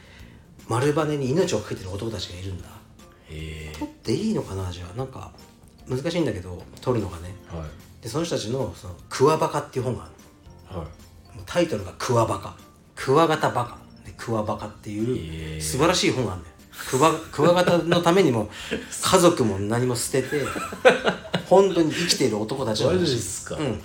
Speaker 1: 丸羽に命をかけてる男たちがいるんだ
Speaker 2: え
Speaker 1: 取っていいのかなじゃあなんか難しいんだけど取るのがね
Speaker 2: えは
Speaker 1: でその人たちのその「クワバカ」っていう本がある
Speaker 2: いはい
Speaker 1: のもうタイトルが「クワバカ」「クワガタバカ」ってクワバカってい
Speaker 2: へ
Speaker 1: う
Speaker 2: え
Speaker 1: 素晴らしい本があるんだよクワクワガタのために も家族も何も捨てて本当に生きている男たちの
Speaker 2: マジで
Speaker 1: 話
Speaker 2: すか、
Speaker 1: うん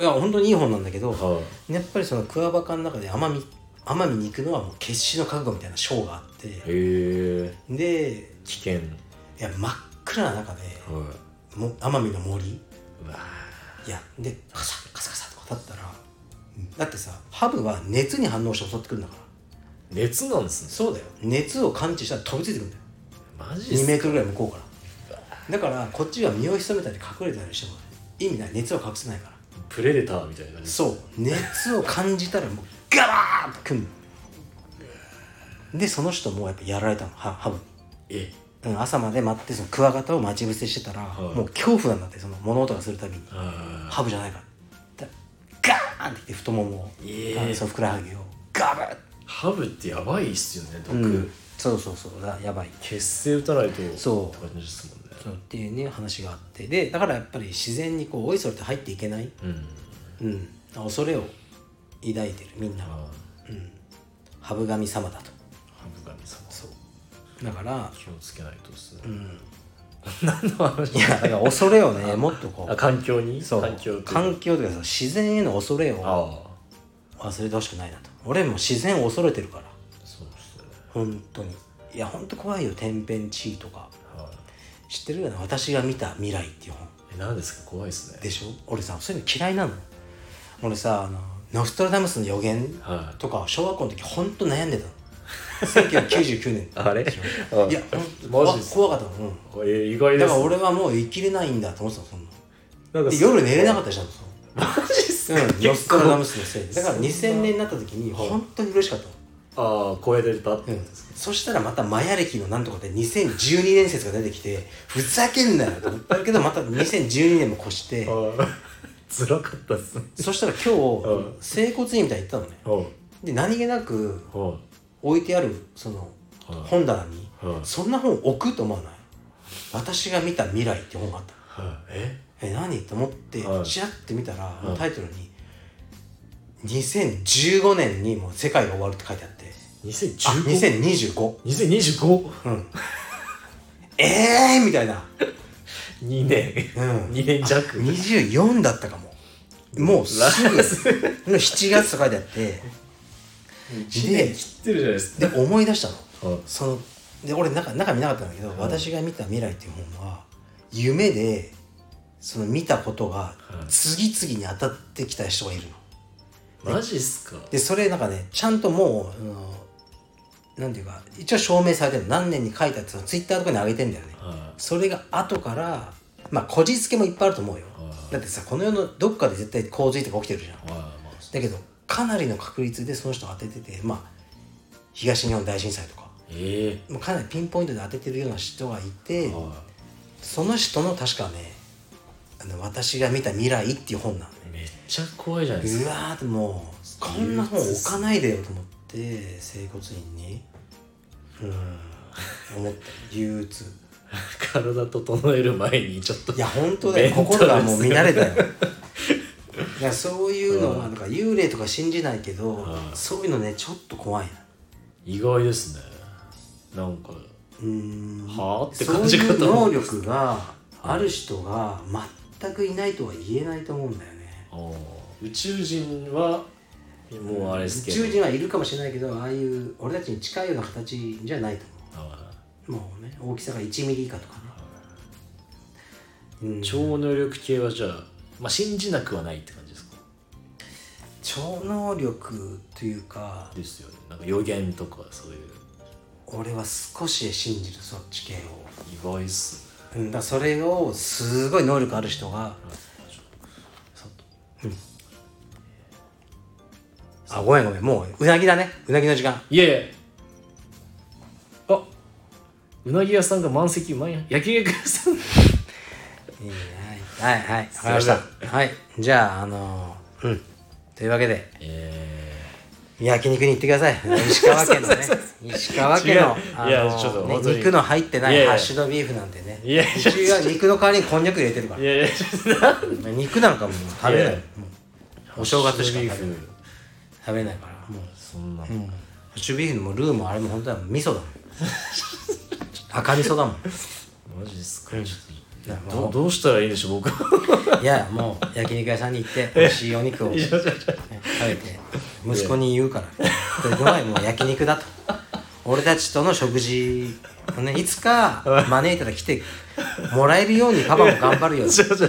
Speaker 1: いや本当にいい本なんだけど、
Speaker 2: は
Speaker 1: やっぱりそのクワバカの中で奄美奄美に行くのはもう決死の覚悟みたいな章があって
Speaker 2: いへえ
Speaker 1: で
Speaker 2: 危険はい
Speaker 1: や真っ暗な中でもう奄美の森
Speaker 2: うわ
Speaker 1: いやでカサカサカサとか立ったらだってさハブは熱に反応して襲ってくるんだから
Speaker 2: 熱なんですね
Speaker 1: そうだよ熱を感知したら飛びついてくるんだよ
Speaker 2: マジで
Speaker 1: 2
Speaker 2: す
Speaker 1: メー
Speaker 2: か
Speaker 1: トルぐらい向こうからだからこっちは身を潜めたり隠れたりしても意味ない熱を隠せないから
Speaker 2: プレデターみたいな感じ
Speaker 1: そう熱を感じたらもうガバーッとくんのでその人もやっぱやられたのハハブに
Speaker 2: え
Speaker 1: うん、朝まで待ってそのクワガタを待ち伏せしてたら、
Speaker 2: はい
Speaker 1: もう恐怖なんだってその物音がするたびに、
Speaker 2: あ
Speaker 1: ハブじゃないからだガーンって言って太ももを、
Speaker 2: ええ
Speaker 1: あのそのふくらはぎをガブッ、
Speaker 2: ハブってやばいっすよね毒、
Speaker 1: うん、そうそうそうだやばい
Speaker 2: 血清打たないと
Speaker 1: そう
Speaker 2: って感じですもんね
Speaker 1: そうっていうね話があってでだからやっぱり自然にこうおいそれと入っていけない、
Speaker 2: うん
Speaker 1: うん、恐れを抱いてるみんなは、
Speaker 2: あ
Speaker 1: うん、ハブ神様だと
Speaker 2: あハブ神様
Speaker 1: そうだから
Speaker 2: 気をつけないとですね、
Speaker 1: ん
Speaker 2: 何の話
Speaker 1: いやだから恐れをねもっとこ
Speaker 2: あ
Speaker 1: う
Speaker 2: 環境に
Speaker 1: そう
Speaker 2: 環境という
Speaker 1: 環境というかその自然への恐れを
Speaker 2: ああ
Speaker 1: 忘れてほしくないなと俺も自然を恐れてるから
Speaker 2: そうですよね
Speaker 1: 本当にいや本当怖いよ天変地異とか
Speaker 2: はい
Speaker 1: 知ってるよね私が見た未来っていう本
Speaker 2: え何ですか怖いですね
Speaker 1: でしょ俺さそういうの嫌いなの俺さあのノストラダムスの予言
Speaker 2: は
Speaker 1: とか小学校の時本当悩んでたの1999年
Speaker 2: い あ れ
Speaker 1: い
Speaker 2: い
Speaker 1: や
Speaker 2: や
Speaker 1: 本当
Speaker 2: マジ
Speaker 1: 怖
Speaker 2: です
Speaker 1: 怖かったの、うん
Speaker 2: え意外で
Speaker 1: だ
Speaker 2: す
Speaker 1: から俺はもう生きれないんだと思ってたのそんな
Speaker 2: なんか
Speaker 1: です夜寝れなかったでしょその
Speaker 2: マジですか、
Speaker 1: うん、ノス
Speaker 2: 結
Speaker 1: トラダム
Speaker 2: 構
Speaker 1: スのせいでだから2000年になった時に本当に嬉しかったの
Speaker 2: ああ超えてたって
Speaker 1: う
Speaker 2: こと
Speaker 1: ん
Speaker 2: ですか、
Speaker 1: そしたらまたマヤ歴のなんとかで2012年説が出てきてふざけんなよと思ったけどまた2012年も越して
Speaker 2: ああ 辛かったっすね
Speaker 1: そしたら今
Speaker 2: うん
Speaker 1: 日整骨院みたいに行ったのね
Speaker 2: はい
Speaker 1: で何気なく
Speaker 2: は
Speaker 1: 置いてあるその
Speaker 2: うん
Speaker 1: 本棚に
Speaker 2: いはい
Speaker 1: そんな本置くと思わない私が見た未来って本があったの
Speaker 2: はいえ
Speaker 1: え何と思って
Speaker 2: はい
Speaker 1: ちらって見たら
Speaker 2: うん
Speaker 1: タイトルに2015年にもう世界が終わるって書いてあってあ
Speaker 2: 2015?
Speaker 1: 2025
Speaker 2: 2025?
Speaker 1: うんえーみたい な
Speaker 2: 2年
Speaker 1: うん
Speaker 2: 2年弱
Speaker 1: 24だったかももうす ぐ7月と書いてあって
Speaker 2: 1年切ってるじゃないです
Speaker 1: で
Speaker 2: か
Speaker 1: 思い出したの
Speaker 2: はい
Speaker 1: そので俺中中見なかったんだけど、
Speaker 2: ん
Speaker 1: 私が見た「未来」っていう本は夢でその見たことが
Speaker 2: うん
Speaker 1: 次々に当たってきた人がいるの
Speaker 2: マジっすか
Speaker 1: でそれなんかねちゃんともう、あのなんていうか一応証明されてるの何年に書いたやつをツイッターとかに上げてんだよね
Speaker 2: は
Speaker 1: それが後からまあこじつけもいっぱいあると思うよ
Speaker 2: いはい
Speaker 1: だってさこの世のどっかで絶対洪水とか起きてるじゃん
Speaker 2: はいまあ
Speaker 1: だけどかなりの確率でその人当てててまあ東日本大震災とか
Speaker 2: え
Speaker 1: もうかなりピンポイントで当ててるような人がいて
Speaker 2: えは
Speaker 1: その人の確かねあの「私が見た未来」っていう本なのね
Speaker 2: いめっちゃ怖いじゃないです
Speaker 1: う
Speaker 2: か
Speaker 1: わーってもうこんな本置かないでよと思って整骨院にうん思った憂鬱
Speaker 2: 体整える前にちょっと
Speaker 1: いや本当 だよ
Speaker 2: メンタル
Speaker 1: 心がもう
Speaker 2: です
Speaker 1: 乱
Speaker 2: よ
Speaker 1: れ たよいやそういうのはなんか幽霊とか信じないけど
Speaker 2: うん
Speaker 1: そういうのねちょっと怖いな
Speaker 2: 意外ですねなんか
Speaker 1: うーん
Speaker 2: はあって
Speaker 1: そう
Speaker 2: 感じ
Speaker 1: い
Speaker 2: か
Speaker 1: う
Speaker 2: と思
Speaker 1: 能
Speaker 2: う
Speaker 1: 力がある人が全くいないとは言えないと思うんだよね
Speaker 2: あー宇宙人はもうあれで
Speaker 1: 宇
Speaker 2: すけど
Speaker 1: 宙人はいるかもしれないけどああいう俺たちに近いような形じゃないと
Speaker 2: あ
Speaker 1: 思うもうね大きさが1ミリ以下とかね、うん
Speaker 2: ー、超能力系はじゃあ、まあ、信じなくはないって感じですか
Speaker 1: 超能力というか
Speaker 2: ですよねなんか予言とかそういう
Speaker 1: 俺は少し信じるそっち系を
Speaker 2: 意外っすね
Speaker 1: うん、だからそれをすごい能力ある人が、あごめんごめんもううなぎだねうなぎの時間
Speaker 2: いやいやあうなぎ屋さんが満席うまいな焼き肉屋さん
Speaker 1: いいねはいはいはいわかりましたはいじゃああのーうんというわけで
Speaker 2: え
Speaker 1: 焼肉に行ってください石川県の ね石川県の
Speaker 2: 違う
Speaker 1: あの
Speaker 2: いやちょっと
Speaker 1: ね
Speaker 2: 本当に
Speaker 1: 肉の入ってない
Speaker 2: やいや
Speaker 1: ハッシュドビーフなんてね
Speaker 2: いやいうや
Speaker 1: ちは肉の代わりにこんにゃく入れてるから
Speaker 2: い やいや
Speaker 1: 肉なんかもう食べない
Speaker 2: やいや
Speaker 1: もうお正月しか
Speaker 2: ビー
Speaker 1: 食べない
Speaker 2: フ
Speaker 1: 食べないからもう
Speaker 2: そんな、
Speaker 1: ッシュビーフもルーもあれも本当は味噌だもん 赤味噌だもん
Speaker 2: マジですか、ちょ
Speaker 1: いや
Speaker 2: っと
Speaker 1: も
Speaker 2: どどうしたらいいんでしょう僕 は
Speaker 1: ういやもう焼肉屋さんに行って美味しいお肉を食べて息子に言うから「これごまいもう焼肉だ」と「俺たちとの食事をねいつか招いたら来てもらえるようにパパも頑張るよ」
Speaker 2: ちょちょちょ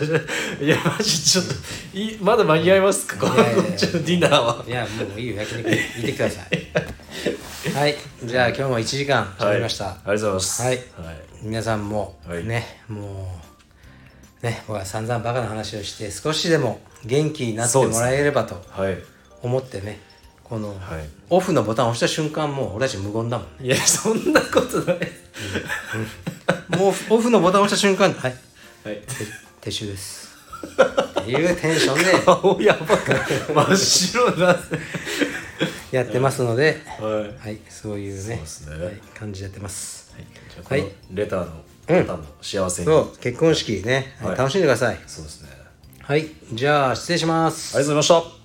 Speaker 2: いやマジちょっといまだ間に合いますか、この
Speaker 1: いやいやいや
Speaker 2: ちょっとディナーはい
Speaker 1: やもういいよ焼肉行ってくださいはいじゃあ今日も1時間喋りました、
Speaker 2: はい、ありがとうございます
Speaker 1: はい
Speaker 2: はい
Speaker 1: 皆さんも
Speaker 2: はい
Speaker 1: ね、もうね僕は散々バカな話をして少しでも元気になって
Speaker 2: そうです
Speaker 1: も
Speaker 2: ね
Speaker 1: らえればと
Speaker 2: はい
Speaker 1: 思ってねこの、
Speaker 2: はい
Speaker 1: オフのボタンを押した瞬間もう俺たち無言だもん
Speaker 2: いやそんなことない、
Speaker 1: もうオフのボタンを押した瞬間にはい
Speaker 2: はい
Speaker 1: 撤収ですっていうテンションで
Speaker 2: 顔やばく真っ白になって
Speaker 1: やってますので、
Speaker 2: はい
Speaker 1: はい、そういうね
Speaker 2: そうですね
Speaker 1: はい、感じでやってます
Speaker 2: じゃあこ
Speaker 1: はい
Speaker 2: のレターの方も幸せに、
Speaker 1: そう結婚式ね、はい
Speaker 2: はい
Speaker 1: 楽しんでください
Speaker 2: そうですねあり
Speaker 1: はい、じゃあ失礼します。
Speaker 2: がとうございました